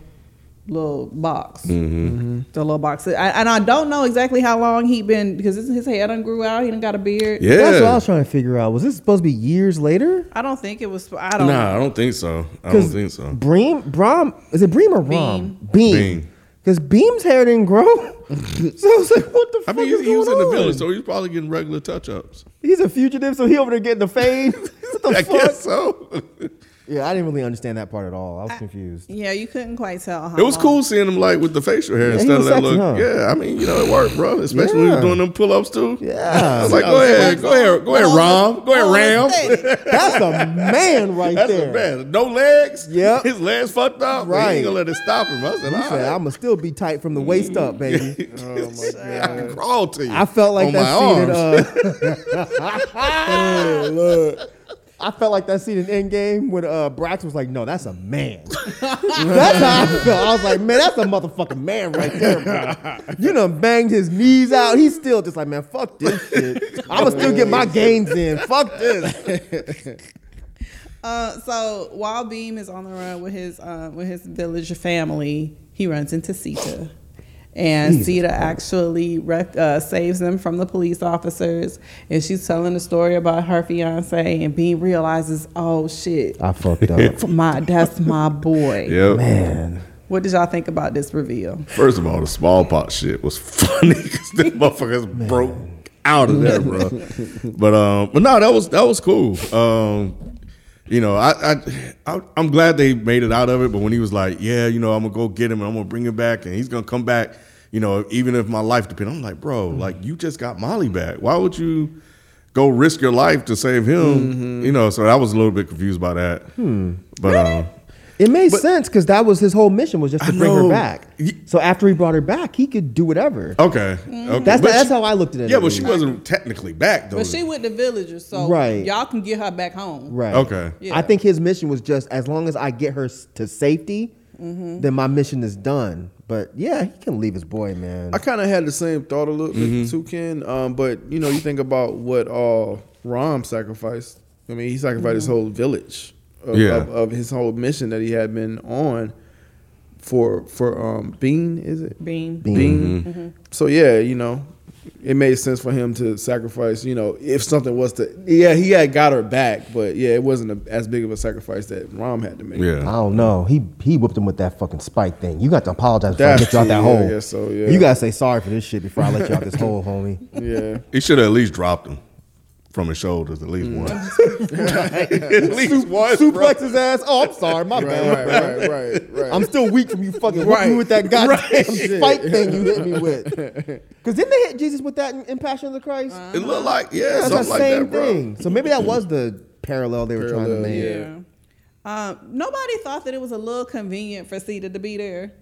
Speaker 2: little box,
Speaker 1: Mm-hmm.
Speaker 2: the little box. I, and I don't know exactly how long he been because his, his hair done grew out. He done got a beard.
Speaker 1: Yeah.
Speaker 4: That's what I was trying to figure out. Was this supposed to be years later?
Speaker 2: I don't think it was. I don't.
Speaker 1: Nah, I don't think so. I don't
Speaker 4: 'Cause
Speaker 1: think so.
Speaker 4: Bream, Brom, is it Bream or Rom? Beam.
Speaker 1: Beam.
Speaker 4: Because Beam's hair didn't grow. so I was like, what the
Speaker 1: I
Speaker 4: fuck
Speaker 1: mean,
Speaker 4: is
Speaker 1: he, he was in the
Speaker 4: going on?
Speaker 1: village, so he's probably getting regular touch ups.
Speaker 4: He's a fugitive, so he over there getting the fame. what the
Speaker 1: I
Speaker 4: fuck?
Speaker 1: guess so.
Speaker 4: Yeah, I didn't really understand that part at all. I was confused.
Speaker 2: Yeah, you couldn't quite tell. How
Speaker 1: It was
Speaker 2: long.
Speaker 1: cool seeing him like with the facial hair instead of
Speaker 4: was
Speaker 1: that
Speaker 4: sexy,
Speaker 1: look.
Speaker 4: huh?
Speaker 1: Yeah, I mean, you know, it worked, bro. Especially when we
Speaker 4: Yeah.
Speaker 1: were doing them pull ups too. I
Speaker 4: Yeah,
Speaker 1: was like, go ahead, go ahead, go ahead, Rom, go
Speaker 2: Oh,
Speaker 1: ahead, Ram.
Speaker 2: aesthetic.
Speaker 4: that's a man right
Speaker 1: That's
Speaker 4: there.
Speaker 1: the best. No legs.
Speaker 4: Yep.
Speaker 1: His legs fucked up. Right. He
Speaker 4: Right.
Speaker 1: ain't gonna let it stop him. I said,
Speaker 4: He said,
Speaker 1: all
Speaker 4: "I'ma still be tight from the waist up, baby."
Speaker 1: right. oh my God. I can crawl to you.
Speaker 4: I felt like
Speaker 1: on
Speaker 4: that
Speaker 1: my
Speaker 4: scene. In,
Speaker 1: arms.
Speaker 4: uh,
Speaker 3: Hey, look.
Speaker 4: I felt like that scene in Endgame when uh, Brax was like, "No, that's a man." that's how I felt. I was like, "Man, that's a motherfucking man right there, bro." You done banged his knees out. He's still just like, "Man, fuck this shit. I'ma still get my gains in. Fuck this."
Speaker 2: Uh, so while Beam is on the run with his uh, with his village family, he runs into Sita, and Sita actually rec- uh, saves them from the police officers. And she's telling the story about her fiance, and Beam realizes, oh shit,
Speaker 4: I fucked up,
Speaker 2: my that's my boy.
Speaker 1: Yep.
Speaker 4: man.
Speaker 2: What did y'all think about this reveal?
Speaker 1: First of all, the smallpox shit was funny because the motherfuckers broke out of there, bro. but um, but no, that was that was cool. Um, you know, I, I I I'm glad they made it out of it. But when he was like, yeah, you know, I'm gonna go get him and I'm gonna bring him back and he's gonna come back. You know, even if my life depends, I'm like, bro, like you just got Molly back. Why would you go risk your life to save him? You know, so I was a little bit confused by that. But um,
Speaker 4: It made sense because that was his whole mission was just to
Speaker 1: I
Speaker 4: bring her
Speaker 1: know.
Speaker 4: back.
Speaker 1: Ye-
Speaker 4: So after he brought her back, he could do whatever.
Speaker 1: okay, okay.
Speaker 4: That's
Speaker 1: But
Speaker 4: that's
Speaker 1: she-
Speaker 4: how I looked at it.
Speaker 1: Uh, Yeah,
Speaker 4: at
Speaker 1: but she
Speaker 4: least.
Speaker 1: wasn't technically back though.
Speaker 2: But she with the villagers, so
Speaker 4: Right.
Speaker 2: y'all can get her back home.
Speaker 4: right.
Speaker 1: Okay.
Speaker 2: Yeah.
Speaker 4: I think his mission was just as long as I get her s- to safety, then my mission is done. But yeah, he can leave his boy, man.
Speaker 3: I kind of had the same thought a little bit too, Ken. Um, but you know, you think about what uh, Rom sacrificed. I mean, he sacrificed
Speaker 2: Mm-hmm.
Speaker 3: his whole village of,
Speaker 1: Yeah.
Speaker 3: of, of his whole mission that he had been on for for um, Bean. Is it
Speaker 2: Beam.
Speaker 4: Bean.
Speaker 3: Bean? Mm-hmm. So yeah, you know, it made sense for him to sacrifice. You know, if something was to, yeah, he had got her back, but yeah, it wasn't a, as big of a sacrifice that Rom had to make.
Speaker 4: I
Speaker 1: Yeah.
Speaker 4: don't know. He he whipped him with that fucking spike thing. You got to apologize before I
Speaker 3: That's
Speaker 4: get you out that
Speaker 3: it.
Speaker 4: hole.
Speaker 3: Yeah, so, yeah.
Speaker 4: You gotta say sorry for this shit before I let you out this hole, homie.
Speaker 3: yeah.
Speaker 1: He should have at least dropped him from his shoulders at least once. at least once, bro.
Speaker 4: Suplex his ass. Oh, I'm sorry, my bad.
Speaker 3: Right, right, right, right.
Speaker 4: I'm still weak from you fucking hitting
Speaker 3: Right.
Speaker 4: me with that goddamn
Speaker 3: Shit.
Speaker 4: spike thing you hit me with. Because didn't they hit Jesus with that in, in Passion of the Christ?
Speaker 1: It looked like yeah,
Speaker 4: That's the
Speaker 1: something like
Speaker 4: same
Speaker 1: that, bro.
Speaker 4: thing. So maybe that was the parallel they were trying to
Speaker 3: Parallel,
Speaker 4: make.
Speaker 3: yeah.
Speaker 2: Yeah. Um, nobody thought that it was a little convenient for Sita to be there.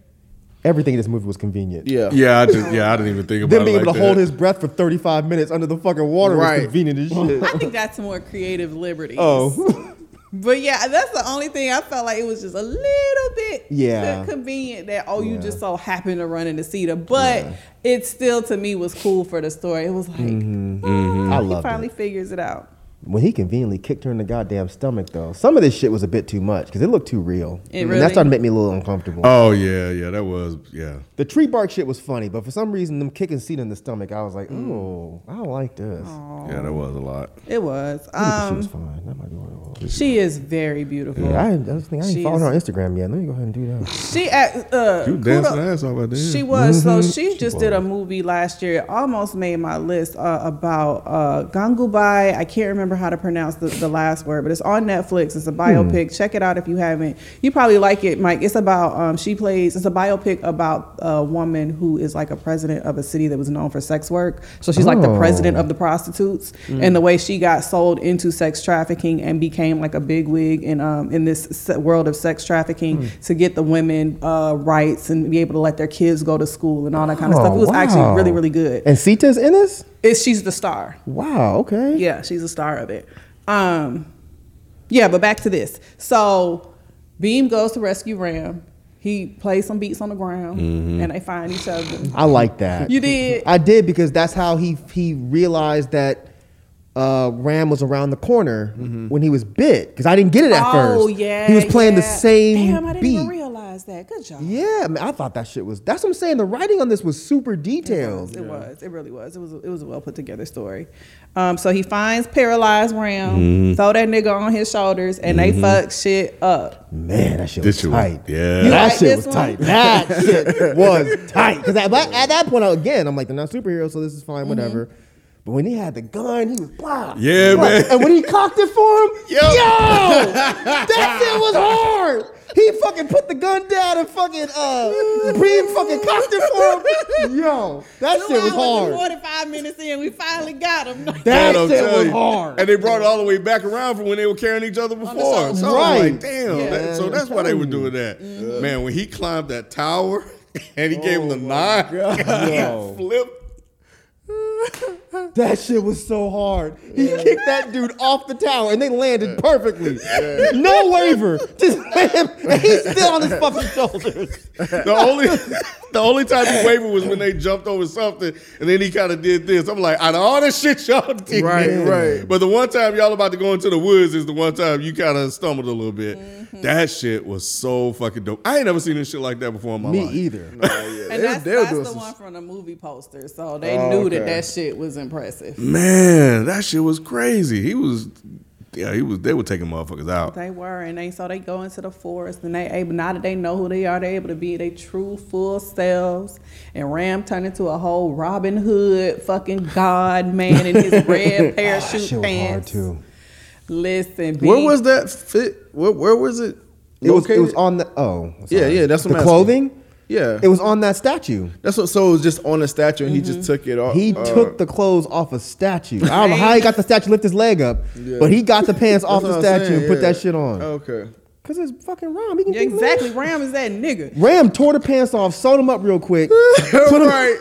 Speaker 4: Everything in this movie was convenient.
Speaker 3: yeah.
Speaker 1: Yeah, I just yeah, I didn't even think about
Speaker 4: Them
Speaker 1: it
Speaker 4: being able
Speaker 1: like
Speaker 4: to hold
Speaker 1: that.
Speaker 4: his breath for 35 minutes under the fucking water
Speaker 3: Right.
Speaker 4: was convenient as shit.
Speaker 2: I think that's more creative liberty.
Speaker 4: oh.
Speaker 2: But yeah, that's the only thing I felt like it was just a little bit
Speaker 4: Yeah.
Speaker 2: convenient that oh you
Speaker 4: Yeah.
Speaker 2: just so happened to run into Cedar. But it still to me was cool for the story. It was like oh,
Speaker 4: I
Speaker 2: he
Speaker 4: Mm-hmm. loved
Speaker 2: finally
Speaker 4: it.
Speaker 2: figures it out.
Speaker 4: When he conveniently kicked her in the goddamn stomach, though, some of this shit was a bit too much because it looked too real.
Speaker 2: It
Speaker 4: and
Speaker 2: really-
Speaker 4: that started to make me a little uncomfortable.
Speaker 1: Oh yeah, yeah, that was yeah.
Speaker 4: the tree bark shit was funny, but for some reason, them kicking seat in the stomach, I was like,
Speaker 2: Mm.
Speaker 4: oh, I don't like this.
Speaker 1: Yeah, that was a lot.
Speaker 2: It was.
Speaker 4: Maybe she
Speaker 2: Um
Speaker 4: was fine. That might be what it was.
Speaker 2: she is very beautiful.
Speaker 4: Yeah, I, I just think I ain't
Speaker 2: She's-
Speaker 4: following her on Instagram yet. Let me go ahead and do that.
Speaker 2: She at uh
Speaker 1: You dancing
Speaker 2: kudos-
Speaker 1: ass off out there.
Speaker 2: She was. So she just did a movie last year. It almost made my list uh, about uh, Gangubai. I can't remember how to pronounce the, the last word, but it's on Netflix. It's a biopic. Check it out if you haven't. You probably like it, Mike. It's about um, she plays. It's a biopic about a woman who is like a president of a city that was known for sex work. So she's like the
Speaker 4: Oh.
Speaker 2: president of the prostitutes, and the way she got sold into sex trafficking and became like a big wig in um, in this se- world of sex trafficking to get the women uh, rights and be able to let their kids go to school and all that kind of stuff. It was actually really really good.
Speaker 4: And Sita's in this?
Speaker 2: It's, she's the star.
Speaker 4: Wow, okay.
Speaker 2: Yeah, she's a star of it. Um, yeah, but back to this. So Beam goes to rescue Ram. He plays some beats on the ground, and they find each other.
Speaker 4: I like that.
Speaker 2: You did.
Speaker 4: I did because that's how he he realized that uh, Ram was around the corner when he was bit. Because I didn't get it at first.
Speaker 2: Oh yeah,
Speaker 4: he was playing the
Speaker 2: yeah.
Speaker 4: same
Speaker 2: Damn, I didn't
Speaker 4: beat.
Speaker 2: even realize that. Good job.
Speaker 4: yeah, I, mean, I thought that shit was. That's what I'm saying. The writing on this was super detailed.
Speaker 2: It was. It really was. It was. It was a well put together story. Um, so he finds paralyzed Ram,
Speaker 4: Mm-hmm.
Speaker 2: throw that nigga on his shoulders, and they fuck shit up.
Speaker 4: Man, that shit
Speaker 1: This
Speaker 4: was
Speaker 1: shit was-
Speaker 4: tight.
Speaker 1: yeah.
Speaker 4: that
Speaker 1: You
Speaker 2: like
Speaker 4: shit
Speaker 2: this
Speaker 4: was
Speaker 2: one?
Speaker 4: tight. That Mm-hmm. shit was tight. Because at, that- at that point, again, I'm like, they're not superheroes, so this is fine, whatever. But when he had the gun, he was blah.
Speaker 1: Yeah,
Speaker 4: blah.
Speaker 1: man.
Speaker 4: And when he cocked it for him, yo, that shit was hard. He fucking put the gun down and fucking uh, Bream fucking cocked it for him. Yo, that shit was hard.
Speaker 2: Forty-five minutes in, we finally got him.
Speaker 4: That
Speaker 1: Man, I'm
Speaker 4: shit was
Speaker 1: telling you.
Speaker 4: hard.
Speaker 1: And they brought it all the way back around from when they were carrying each other before. So I was
Speaker 4: Right.
Speaker 1: like, damn.
Speaker 4: Yeah.
Speaker 1: that- so that's why they were doing that. Man, when he climbed that tower and he gave him the nine, he flipped.
Speaker 4: That shit was so hard. He kicked that dude off the tower and they landed perfectly. No waiver. Just land. And he's still on his fucking shoulders.
Speaker 1: The only the only time he wavered was when they jumped over something, and then he kind of did this. I'm like, out of all the shit y'all did,
Speaker 3: Right, right.
Speaker 1: But the one time y'all about to go into the woods is the one time you kind of stumbled a little bit. That shit was so fucking dope. I ain't never seen this shit like that before in my
Speaker 4: Me
Speaker 1: life.
Speaker 4: either.
Speaker 2: And
Speaker 3: They-
Speaker 2: that's,
Speaker 3: they'll
Speaker 2: that's
Speaker 3: do
Speaker 2: the
Speaker 3: some
Speaker 2: one
Speaker 3: s-
Speaker 2: from the movie poster, so they
Speaker 3: Oh,
Speaker 2: knew that
Speaker 3: okay.
Speaker 2: that shit was impressive.
Speaker 1: Man, that shit was crazy. He was, yeah, he was. They were taking motherfuckers out.
Speaker 2: They were, and they so they go into the forest, and they able now that they know who they are, they able to be their true full selves. And Ram turned into a whole Robin Hood fucking god man in his
Speaker 3: Ah,
Speaker 2: red parachute pants. Listen,
Speaker 3: Where
Speaker 2: big-
Speaker 3: was that fit? Where, where was it?
Speaker 4: It was, it
Speaker 3: located?
Speaker 4: was on the oh
Speaker 3: Yeah, yeah, that's what
Speaker 4: the
Speaker 3: I'm asking.
Speaker 4: clothing.
Speaker 3: Yeah.
Speaker 4: It was on that statue.
Speaker 3: That's what. So it was just on a statue, and he just took it off.
Speaker 4: Mm-hmm.
Speaker 3: uh,
Speaker 4: He took the clothes off a statue. I don't know how he got the statue to lift his leg up,
Speaker 3: Yeah.
Speaker 4: but he got the pants off the statue and put that shit on.
Speaker 3: Okay.
Speaker 4: Cause it's fucking Ram. He can
Speaker 2: Yeah,
Speaker 4: do that.
Speaker 2: exactly Ram is that nigga.
Speaker 4: Ram tore the pants off, sewed them up real quick. put 'em-
Speaker 3: right.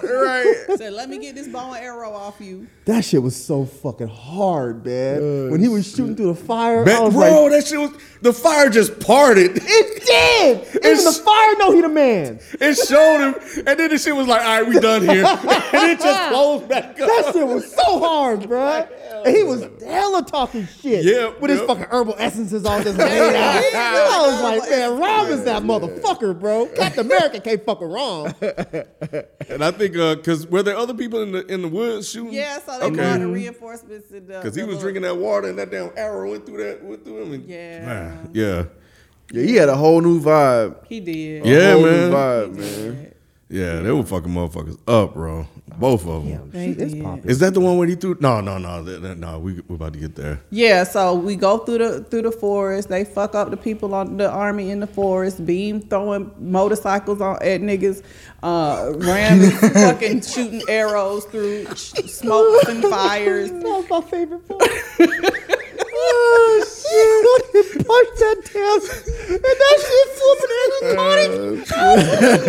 Speaker 3: right.
Speaker 2: Said, "Let me get this bow and arrow off you."
Speaker 4: That shit was so fucking hard, man. when he was shooting through the fire, I
Speaker 1: Man,
Speaker 4: was
Speaker 1: bro,
Speaker 4: like,
Speaker 1: that shit was. The fire just parted.
Speaker 4: it did. Even
Speaker 1: It's-
Speaker 4: the fire know he the man.
Speaker 1: It showed him, and then the shit was like, "All right, we done here," and it just closed back up.
Speaker 4: That shit was so hard, bro. And he was hella talking shit.
Speaker 1: Yeah,
Speaker 4: With his
Speaker 1: yeah.
Speaker 4: fucking herbal essences all just laid out. I was like, man, Rom is that motherfucker, bro. Captain America can't fuck with Rom.
Speaker 1: Oh, And I think because were there other people in the in the woods shooting?
Speaker 2: Yeah, so they
Speaker 1: Okay.
Speaker 2: brought the reinforcements to the
Speaker 1: Because he was
Speaker 2: little-
Speaker 1: drinking that water, and that damn arrow went through that went through him. And,
Speaker 2: Yeah.
Speaker 1: Man, yeah,
Speaker 3: Yeah, he had a whole new vibe.
Speaker 2: He did.
Speaker 1: Yeah.
Speaker 3: a whole
Speaker 1: man.
Speaker 3: New vibe, man.
Speaker 1: yeah. They were fucking motherfuckers up, bro. Both of them.
Speaker 4: She is
Speaker 2: did.
Speaker 4: popping.
Speaker 1: Is that the one where he threw? No, no, no, that- that- no. We we about to get there.
Speaker 2: Yeah, so we go through the through the forest. They fuck up the people on the army in the forest. Beam throwing motorcycles on at niggas. Uh, Ram is fucking shooting arrows through sh- smokes and fires.
Speaker 4: That was my favorite part. oh, shit. He punched that down. And that shit flipping and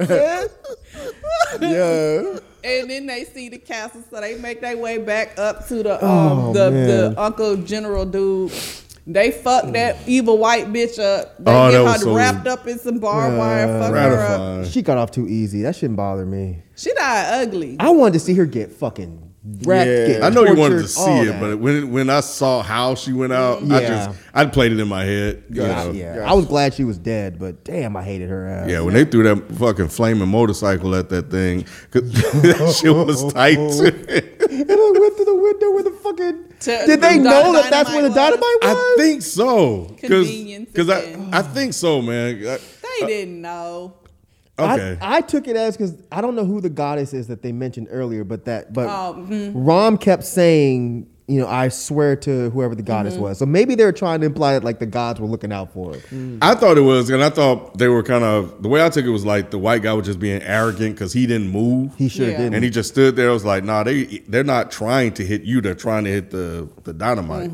Speaker 4: it fuck, man?
Speaker 3: Yeah.
Speaker 2: And then they see the castle, so they make their way back up to the um
Speaker 4: Oh,
Speaker 2: the,
Speaker 4: man.
Speaker 2: the Uncle General dude. They fuck that evil white bitch up. They
Speaker 1: Oh, that
Speaker 2: get her
Speaker 1: was so-
Speaker 2: wrapped up in some barbed wire. Fuck her up.
Speaker 1: Ratifying.
Speaker 4: She got off too easy. That shouldn't bother me.
Speaker 2: She died ugly.
Speaker 4: I wanted to see her get fucking wrecked.
Speaker 3: Yeah.
Speaker 4: get
Speaker 1: I know you wanted
Speaker 4: tortured,
Speaker 1: to see
Speaker 4: all
Speaker 1: it,
Speaker 4: that.
Speaker 1: but when when I saw how she went out, I
Speaker 4: Yeah.
Speaker 1: just I played it in my head. you
Speaker 4: yeah,
Speaker 1: know.
Speaker 4: yeah.
Speaker 3: Gotcha.
Speaker 4: I was glad she was dead, but damn, I hated her ass.
Speaker 1: Yeah, when they threw that fucking flaming motorcycle at that thing, 'cause that shit was tight. too.
Speaker 4: and I went through the window with the fucking.
Speaker 2: To-
Speaker 4: did they
Speaker 2: the
Speaker 4: know that that's
Speaker 2: dynamite
Speaker 4: where the
Speaker 2: was.
Speaker 4: dynamite was?
Speaker 1: I think so.
Speaker 2: Convenience
Speaker 1: Because I,
Speaker 2: again.
Speaker 1: I think so, man. I-
Speaker 2: They didn't know.
Speaker 1: okay.
Speaker 4: I, I took it as because I don't know who the goddess is that they mentioned earlier, but that but
Speaker 2: Oh,
Speaker 4: Rom kept saying, you know, I swear to whoever the goddess
Speaker 2: Mm-hmm.
Speaker 4: was. So maybe they were trying to imply that like the gods were looking out for her.
Speaker 1: I thought it was, and I thought they were kind of the way I took it was like the white guy was just being arrogant because he didn't move.
Speaker 4: He should have
Speaker 2: Yeah.
Speaker 4: didn't.
Speaker 1: and he just stood there. I was like, "Nah, they they're not trying to hit you. They're trying to hit the the dynamite."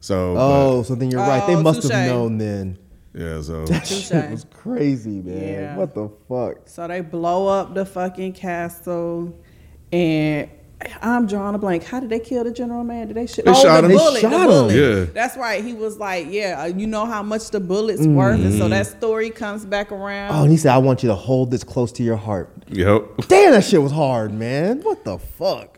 Speaker 1: So,
Speaker 4: oh, so then you're right. They
Speaker 2: Mm-hmm. Oh,
Speaker 4: must have
Speaker 2: touche.
Speaker 4: known then.
Speaker 1: but, yeah. So
Speaker 2: Touche.
Speaker 4: That was crazy, man.
Speaker 2: Yeah.
Speaker 4: What the fuck?
Speaker 2: So they blow up the fucking castle, and I'm drawing a blank. How did they kill the general man? Did they shoot?
Speaker 1: They shot
Speaker 2: the
Speaker 1: him. They
Speaker 2: bullet.
Speaker 4: shot
Speaker 2: the
Speaker 4: him.
Speaker 2: bullet.
Speaker 1: Yeah.
Speaker 2: That's right. He was like, "Yeah, uh, you know how much the bullets
Speaker 1: Mm.
Speaker 2: worth," and so that story comes back around.
Speaker 4: Oh, and he said, I want you to hold this close to your heart.
Speaker 1: yep,
Speaker 4: Damn, that shit was hard, man. What the fuck?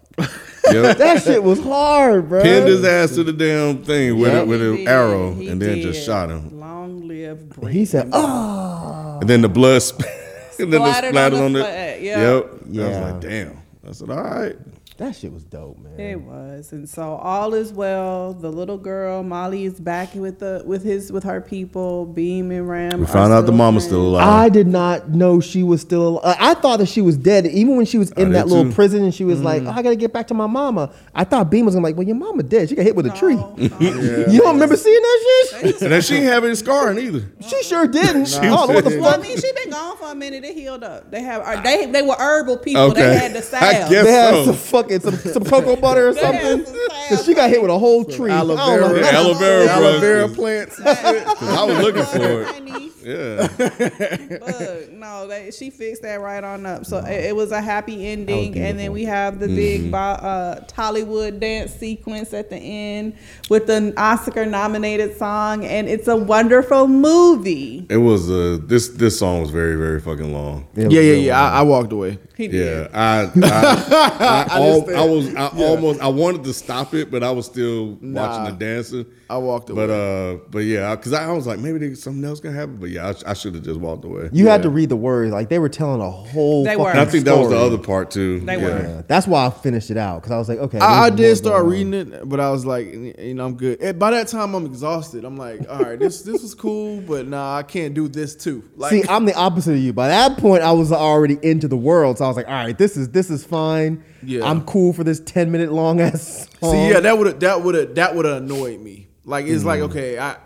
Speaker 1: yep.
Speaker 4: That shit was hard, bro.
Speaker 1: Pinned his ass to the damn thing with
Speaker 4: Yep.
Speaker 1: it with
Speaker 2: He
Speaker 1: an
Speaker 2: did.
Speaker 1: arrow,
Speaker 2: He
Speaker 1: and then just
Speaker 2: did.
Speaker 1: shot him.
Speaker 2: Long live. Britain.
Speaker 4: He said, oh.
Speaker 1: And then the blood, sp- and then the
Speaker 2: Splattered
Speaker 1: splattered
Speaker 2: on
Speaker 1: on
Speaker 2: the
Speaker 1: the.
Speaker 2: flag,
Speaker 1: Yep.
Speaker 2: yeah.
Speaker 1: I was
Speaker 4: Yeah.
Speaker 1: like, "Damn." I said, "All right."
Speaker 4: That shit was dope, man.
Speaker 2: It was, and so all is well. The little girl Molly is back with the with his with her people. Beam and Ram.
Speaker 1: We
Speaker 2: are
Speaker 1: found out the mama's
Speaker 2: friends.
Speaker 1: still alive.
Speaker 4: I did not know she was still. Alive. I thought that she was dead, even when she was in
Speaker 1: did
Speaker 4: that little
Speaker 1: too. Mm.
Speaker 4: prison, and she was like, oh, "I gotta get back to my mama." I thought Beam was gonna be like, "Well, your mama dead. She got hit with a tree."
Speaker 2: No, no.
Speaker 4: You don't remember seeing that shit?
Speaker 1: and then she ain't have any scarring either.
Speaker 4: She sure didn't.
Speaker 1: She
Speaker 4: I don't know what the
Speaker 1: did.
Speaker 2: Well, I
Speaker 4: fuck.
Speaker 2: mean, she been gone for a minute. It healed up. They have or they they were herbal people. They
Speaker 1: Okay.
Speaker 2: had the salve.
Speaker 1: I guess-
Speaker 4: They had
Speaker 1: So-
Speaker 4: some fucking some, some cocoa butter or
Speaker 2: They had
Speaker 4: something.
Speaker 2: some
Speaker 4: Cause she got hit with a whole tree. I
Speaker 3: Aloe
Speaker 4: don't
Speaker 3: vera,
Speaker 4: know.
Speaker 1: Yeah, aloe vera, bro.
Speaker 3: aloe vera plants.
Speaker 1: I was looking for it.
Speaker 2: Honey,
Speaker 1: Yeah.
Speaker 2: Look, no, they, she fixed that right on up. So it, it was a happy ending, and then we have the
Speaker 1: Mm-hmm.
Speaker 2: big bo- uh, Tollywood dance sequence at the end with the Oscar-nominated song, and it's a wonderful movie.
Speaker 1: It was uh this this song was very very fucking long. Yeah,
Speaker 3: Yeah, yeah, yeah. I, I walked away.
Speaker 2: He
Speaker 1: I I, I, al- I was I
Speaker 3: Yeah.
Speaker 1: almost I wanted to stop it, but I was still
Speaker 3: Nah.
Speaker 1: watching the dancing.
Speaker 3: I walked
Speaker 1: But uh, but yeah, because I, I was like, maybe they, something else gonna happen. But yeah, I, I should have just walked away.
Speaker 4: You had to read the words. Like they were telling a whole.
Speaker 2: They
Speaker 4: fucking
Speaker 2: were.
Speaker 1: And I think that was the
Speaker 4: story.
Speaker 1: other part too.
Speaker 2: They
Speaker 1: yeah.
Speaker 2: were.
Speaker 4: Yeah, that's why I finished it out because I was like, okay.
Speaker 3: I, I
Speaker 4: there's
Speaker 3: did
Speaker 4: more
Speaker 3: start
Speaker 4: going on.
Speaker 3: reading it, but I was like, you know, I'm good. And by that time, I'm exhausted. I'm like, all right, this this was cool, but nah, I can't do this too. Like,
Speaker 4: See, I'm the opposite of you. By that point, I was already into the world, so I was like, all right, this is this is fine.
Speaker 3: Yeah.
Speaker 4: I'm cool for this ten minute long ass. Song.
Speaker 3: See, yeah, that would that would that would have annoyed me. Like it's like okay, I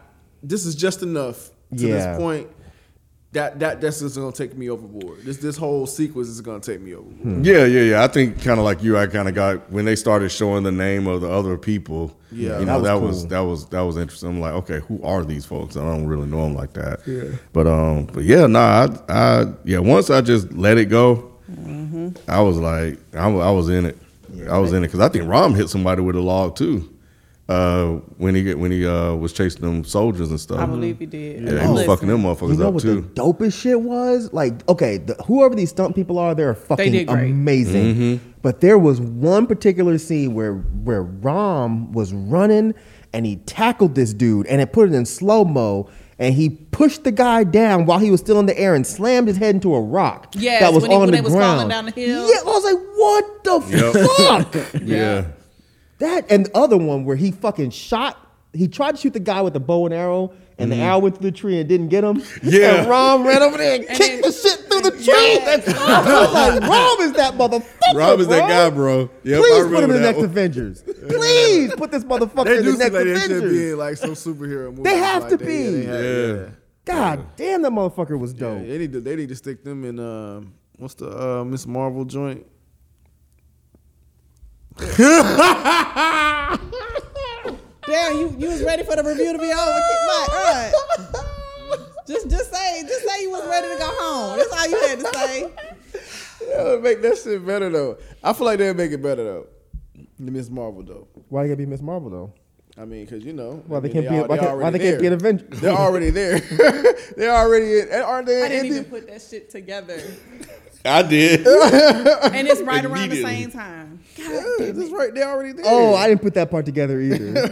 Speaker 3: this is just enough to
Speaker 4: Mm. Yeah.
Speaker 3: this point. That that that's just gonna take me overboard. This this whole sequence is gonna take me overboard.
Speaker 4: Hmm.
Speaker 1: Yeah, yeah, yeah. I think kind of like you, I kind of got when they started showing the name of the other people.
Speaker 3: Yeah.
Speaker 1: you know
Speaker 4: That
Speaker 1: that
Speaker 4: was
Speaker 1: was, that was that was interesting. I'm like, okay, who are these folks? I don't really know them like that. Yeah, but um, but yeah, nah, I, I yeah. Once I just let it go,
Speaker 4: Mm-hmm.
Speaker 1: I was like, I, wa- I was in it. I was in it because I think Rom hit somebody with a log too. Uh, when he get- when he uh was chasing them soldiers and stuff.
Speaker 2: I believe he did. Oh,
Speaker 1: Yeah, he
Speaker 4: Oh,
Speaker 1: was
Speaker 2: Listen,
Speaker 1: fucking them motherfuckers
Speaker 4: You know
Speaker 1: up
Speaker 4: what
Speaker 1: too.
Speaker 4: the dopest shit was? Like, okay, the, whoever these stunt people are, they're fucking
Speaker 2: did great.
Speaker 4: amazing.
Speaker 1: Mm-hmm.
Speaker 4: But there was one particular scene where where Rom was running and he tackled this dude and it put it in slow mo. And he pushed the guy down while he was still in the air and slammed his head into a rock
Speaker 2: Yes,
Speaker 4: that was
Speaker 2: when he-
Speaker 4: on
Speaker 2: when
Speaker 4: the
Speaker 2: they was falling
Speaker 4: ground.
Speaker 2: down the hill.
Speaker 4: Yeah, I was like, what the fuck?
Speaker 1: yeah.
Speaker 4: That and the other one where he fucking shot. He tried to shoot the guy with the bow and arrow, and the arrow went through the tree and didn't get him.
Speaker 1: Mm-hmm. Yeah.
Speaker 4: and Rom ran over there and,
Speaker 2: And
Speaker 4: kicked
Speaker 2: then-
Speaker 4: the shit through the tree.
Speaker 2: Yeah.
Speaker 4: That's I was like Rom is that motherfucker.
Speaker 1: Rom is that
Speaker 4: bro.
Speaker 1: guy, bro. Yep, I
Speaker 4: Please put
Speaker 1: remember
Speaker 4: him in the
Speaker 1: that
Speaker 4: next
Speaker 1: one.
Speaker 4: Avengers. Please put this motherfucker
Speaker 3: They
Speaker 4: in
Speaker 3: do
Speaker 4: the
Speaker 3: seem like
Speaker 4: next
Speaker 3: they should be
Speaker 4: Avengers.
Speaker 3: in like some superhero movie.
Speaker 4: They have to
Speaker 3: like yeah,
Speaker 4: be.
Speaker 3: they have-
Speaker 1: Yeah.
Speaker 4: God damn, that motherfucker was
Speaker 3: yeah.
Speaker 4: dope.
Speaker 3: They need to they need to stick them in um what's the uh, Miss Marvel joint?
Speaker 2: Damn, you, you was ready for the review to be over. Kick my all right. Just just say just say you was ready to go home. That's all you had to say.
Speaker 3: That would make that shit better though. I feel like they'd make it better though. The Miss Marvel though.
Speaker 4: Why they gotta be Miss Marvel though?
Speaker 3: I mean, because you know,
Speaker 4: Why
Speaker 3: I
Speaker 4: they
Speaker 3: mean,
Speaker 4: can't be-
Speaker 3: al-
Speaker 4: why can't- why
Speaker 3: already
Speaker 4: they can't
Speaker 3: there.
Speaker 4: be an Avenger?
Speaker 3: They're already there. they're already in, aren't they?
Speaker 2: I
Speaker 3: in
Speaker 2: didn't
Speaker 3: India?
Speaker 2: even put that shit together.
Speaker 1: I did.
Speaker 2: And it's right around the
Speaker 1: Immediately.
Speaker 2: same time.
Speaker 3: Yeah, that's right. They're already there.
Speaker 4: Oh, I didn't put that part together either.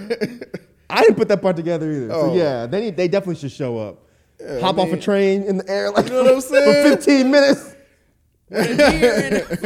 Speaker 4: I didn't put that part together either. So
Speaker 3: Oh.
Speaker 4: yeah, they need, they definitely should show up. Hop
Speaker 3: I
Speaker 4: off a
Speaker 3: mean-
Speaker 4: train in the air like
Speaker 3: You know what I'm saying?
Speaker 4: for 15 minutes.
Speaker 2: it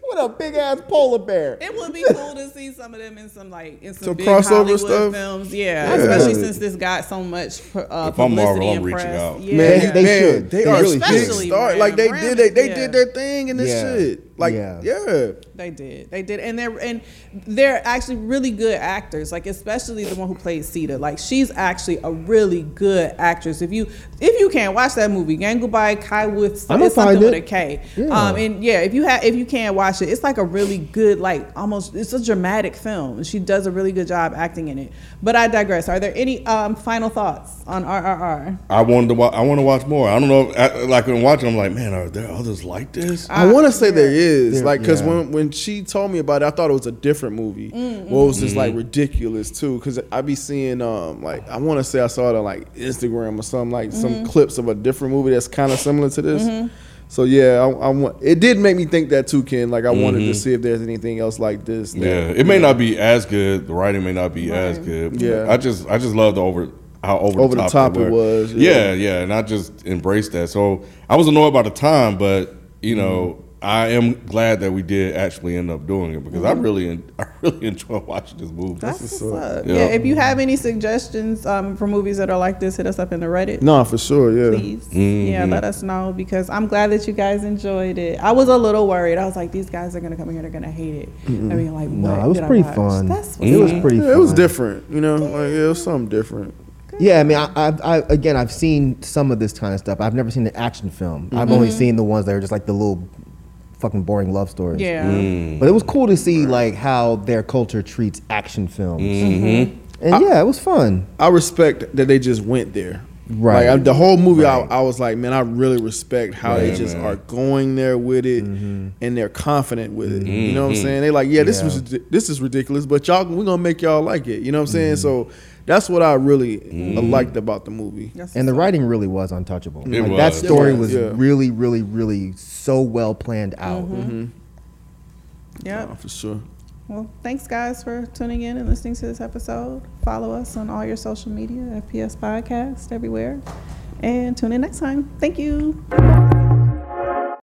Speaker 4: What a big ass polar bear.
Speaker 2: would be cool to see some of them in some like in some,
Speaker 3: Some
Speaker 2: big
Speaker 3: crossover
Speaker 2: Hollywood
Speaker 3: stuff?
Speaker 2: films. Yeah,
Speaker 4: Yeah.
Speaker 2: especially since this got so much uh,
Speaker 1: If I'm
Speaker 2: publicity
Speaker 1: Marvel, I'm
Speaker 2: and
Speaker 1: reaching
Speaker 2: press.
Speaker 1: out.
Speaker 2: Yeah.
Speaker 4: Man, they- should.
Speaker 3: They,
Speaker 4: They
Speaker 3: are
Speaker 4: really
Speaker 3: big
Speaker 4: should.
Speaker 3: star.
Speaker 2: Especially
Speaker 3: Like they
Speaker 2: Ram.
Speaker 3: did. They, they
Speaker 2: Yeah.
Speaker 3: did their thing in this
Speaker 4: Yeah.
Speaker 3: shit. Like
Speaker 4: Yeah.
Speaker 3: yeah.
Speaker 2: They did. They did. And they're and they're actually really good actors. Like especially the one who played Sita. Like she's actually a really good actress. If you if you can watch that movie, Gangubai Kai with
Speaker 4: I'ma
Speaker 2: it's something
Speaker 4: find
Speaker 2: with
Speaker 4: it.
Speaker 2: a K.
Speaker 4: Yeah.
Speaker 2: Um and yeah, if you have if you can watch it, it's like a really good, like almost it's a dramatic film. She does a really good job acting in it. But I digress. Are there any um final thoughts on RRR?
Speaker 1: I wanted to watch. I want to watch more. I don't know. If, I, like when watching, I'm like, man, are there others like this?
Speaker 3: I want to say there is
Speaker 4: There-
Speaker 3: like because
Speaker 4: yeah.
Speaker 3: when when she told me about it, I thought it was a different movie. Well, it was
Speaker 1: mm-hmm.
Speaker 3: just like ridiculous too. Because I be seeing um like I want to say I saw it on like Instagram or something like some clips of a different movie that's kind of similar to this. So yeah, I, I want. It did make me think that too, Ken. Like I wanted to see if there's anything else like this. that-
Speaker 1: Mm-hmm. yeah, it may not be as good. The writing may not be as good.
Speaker 3: Yeah.
Speaker 1: I just, I just love the over how over,
Speaker 3: Over the
Speaker 1: the top,
Speaker 3: top
Speaker 1: they
Speaker 3: it
Speaker 1: were.
Speaker 3: was,
Speaker 1: Yeah.
Speaker 3: yeah.
Speaker 1: Mm-hmm. yeah, and I just embraced that. So I was annoyed by the time, but you know, I am glad that we did actually end up doing it because I really, en- I really enjoy watching this movie.
Speaker 2: Mm-hmm. That's what's up.
Speaker 1: Yeah.
Speaker 2: Yeah. If you have any suggestions um, for movies that are like this, hit us up in the Reddit.
Speaker 3: No, for sure. Yeah.
Speaker 2: Please, yeah,
Speaker 4: Mm-hmm.
Speaker 2: let us know because I'm glad that you guys enjoyed it. I was a little worried. I was like, these guys are gonna come in here, they're gonna hate it. I mean, like,
Speaker 4: No,
Speaker 2: what
Speaker 4: it was
Speaker 2: did I
Speaker 4: pretty
Speaker 2: watch?
Speaker 4: fun.
Speaker 2: That's
Speaker 4: It was
Speaker 2: what's up.
Speaker 4: pretty.
Speaker 3: Yeah, it was
Speaker 4: fun.
Speaker 3: different, you know. Like yeah, it was something different.
Speaker 4: Yeah, I mean, I, I, I again, I've seen some of this kind of stuff. I've never seen the action film. I've only
Speaker 3: Mm-hmm.
Speaker 4: seen the ones that are just like the little fucking boring love stories.
Speaker 2: Yeah.
Speaker 1: Mm.
Speaker 4: But it was cool to see like how their culture treats action films.
Speaker 1: Mm-hmm.
Speaker 4: And yeah, it was fun.
Speaker 3: I respect that they just went there.
Speaker 4: Right.
Speaker 3: Like I, the whole movie, I, I was like, man, I really respect how they
Speaker 1: Right,
Speaker 3: just
Speaker 1: man.
Speaker 3: are going there with it, and they're confident with it. You know what I'm saying? They like, yeah, this
Speaker 4: Yeah.
Speaker 3: was this is ridiculous, but y'all, we're gonna make y'all like it. You know what I'm saying? So that's what I really uh, liked about the movie.
Speaker 2: That's
Speaker 4: And the
Speaker 2: what's up.
Speaker 4: writing really was untouchable.
Speaker 1: It
Speaker 4: like, That
Speaker 1: was.
Speaker 4: story
Speaker 3: It was,
Speaker 4: was
Speaker 3: yeah.
Speaker 4: really, really, really so well planned out.
Speaker 1: Mm-hmm.
Speaker 2: Yep.
Speaker 3: Nah, Uh, for sure.
Speaker 2: Well, thanks guys for tuning in and listening to this episode. Follow us on all your social media, FPS Podcast everywhere, and tune in next time. Thank you. Bye.